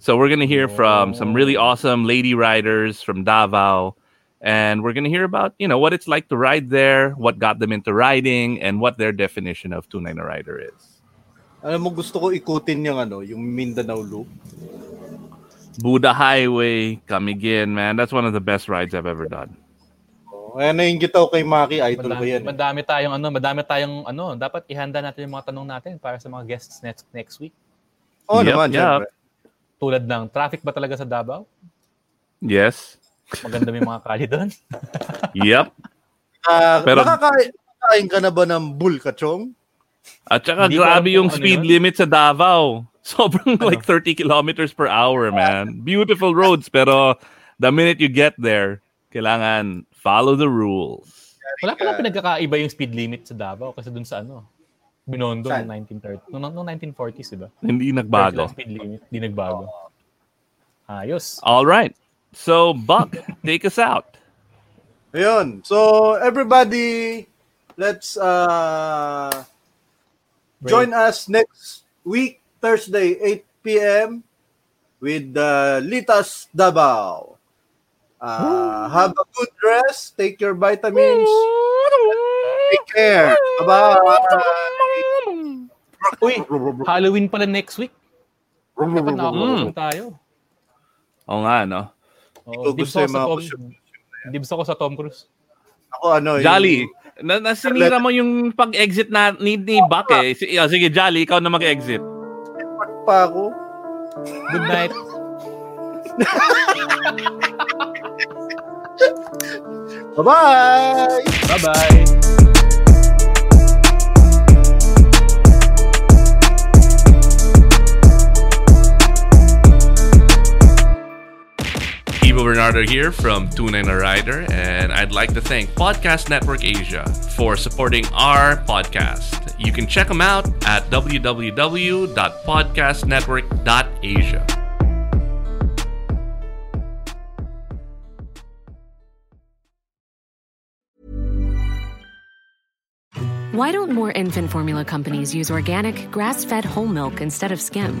[SPEAKER 5] So we're going to hear from some really awesome lady riders from Davao. And we're going to hear about, you know, what it's like to ride there, what got them into riding, and what their definition of Tunay na Rider is.
[SPEAKER 6] Alam mo, gusto ko ikutin yung ano, yung Mindanao Loop.
[SPEAKER 5] Buddha Highway, Kamigin, man. That's one of the best rides I've ever done.
[SPEAKER 6] Oh, Ayan, nainggit ako kay Maki, idol ko
[SPEAKER 2] Madami,
[SPEAKER 6] yan. eh.
[SPEAKER 2] madami tayong ano, madami tayong ano, dapat ihanda natin yung mga tanong natin para sa mga guests next next week.
[SPEAKER 6] Oo
[SPEAKER 5] Yep,
[SPEAKER 6] eh. Oh, naman,
[SPEAKER 5] yep.
[SPEAKER 6] syempre.
[SPEAKER 2] Tulad ng traffic ba talaga sa Davao?
[SPEAKER 5] Yes.
[SPEAKER 2] Maganda may mga kali doon.
[SPEAKER 5] Yep.
[SPEAKER 6] Ah,
[SPEAKER 5] Pero-
[SPEAKER 6] nakakain, nakakain ka na ba ng bull, kachong?
[SPEAKER 5] At saka
[SPEAKER 2] Hindi ko alam
[SPEAKER 5] grabe
[SPEAKER 2] kung
[SPEAKER 5] yung
[SPEAKER 2] ano
[SPEAKER 5] speed
[SPEAKER 2] yun.
[SPEAKER 5] limit sa Davao. Sobrang like 30 kilometers per hour, man. Beautiful roads, pero the minute you get there, kailangan follow the rules.
[SPEAKER 2] Wala
[SPEAKER 6] ah.
[SPEAKER 2] pala pinagkakaiba yung speed limit sa Davao kasi doon sa ano, Binondo
[SPEAKER 6] Saan?
[SPEAKER 2] noong 1930, noong noong 1940s, di ba?
[SPEAKER 5] Hindi
[SPEAKER 2] Regular
[SPEAKER 5] nagbago.
[SPEAKER 2] Speed limit, di nagbago. Ayos.
[SPEAKER 5] All right. So, Buck, take us out.
[SPEAKER 6] Ayun. So, everybody, let's uh, join us next week, Thursday, 8 p.m. with uh, Litas Davao. Uh, have a good rest. Take your vitamins. Take care. Bye-bye.
[SPEAKER 2] Uy, Halloween pala next week. Dapat na
[SPEAKER 5] Mm.
[SPEAKER 2] tayo.
[SPEAKER 5] Oo nga, no?
[SPEAKER 6] ko
[SPEAKER 2] Oh, dibs
[SPEAKER 6] gusto
[SPEAKER 2] ako
[SPEAKER 6] yung
[SPEAKER 2] sa
[SPEAKER 6] mga
[SPEAKER 2] Tom,
[SPEAKER 6] costume.
[SPEAKER 2] dibs ako sa Tom Cruise.
[SPEAKER 6] Ako ano, yung-
[SPEAKER 5] Jolly, na nasinira mo yung pag-exit na ni, ni Buck eh. S- oh, sige, Jolly, ikaw na mag-exit.
[SPEAKER 6] pa ako.
[SPEAKER 2] Good night.
[SPEAKER 6] Bye-bye!
[SPEAKER 2] Bye-bye.
[SPEAKER 1] Evo Bernardo here from Tune In a Rider, and I'd like to thank Podcast Network Asia for supporting our podcast. You can check them out at www.podcastnetwork.asia.
[SPEAKER 8] Why don't more infant formula companies use organic, grass fed whole milk instead of skim?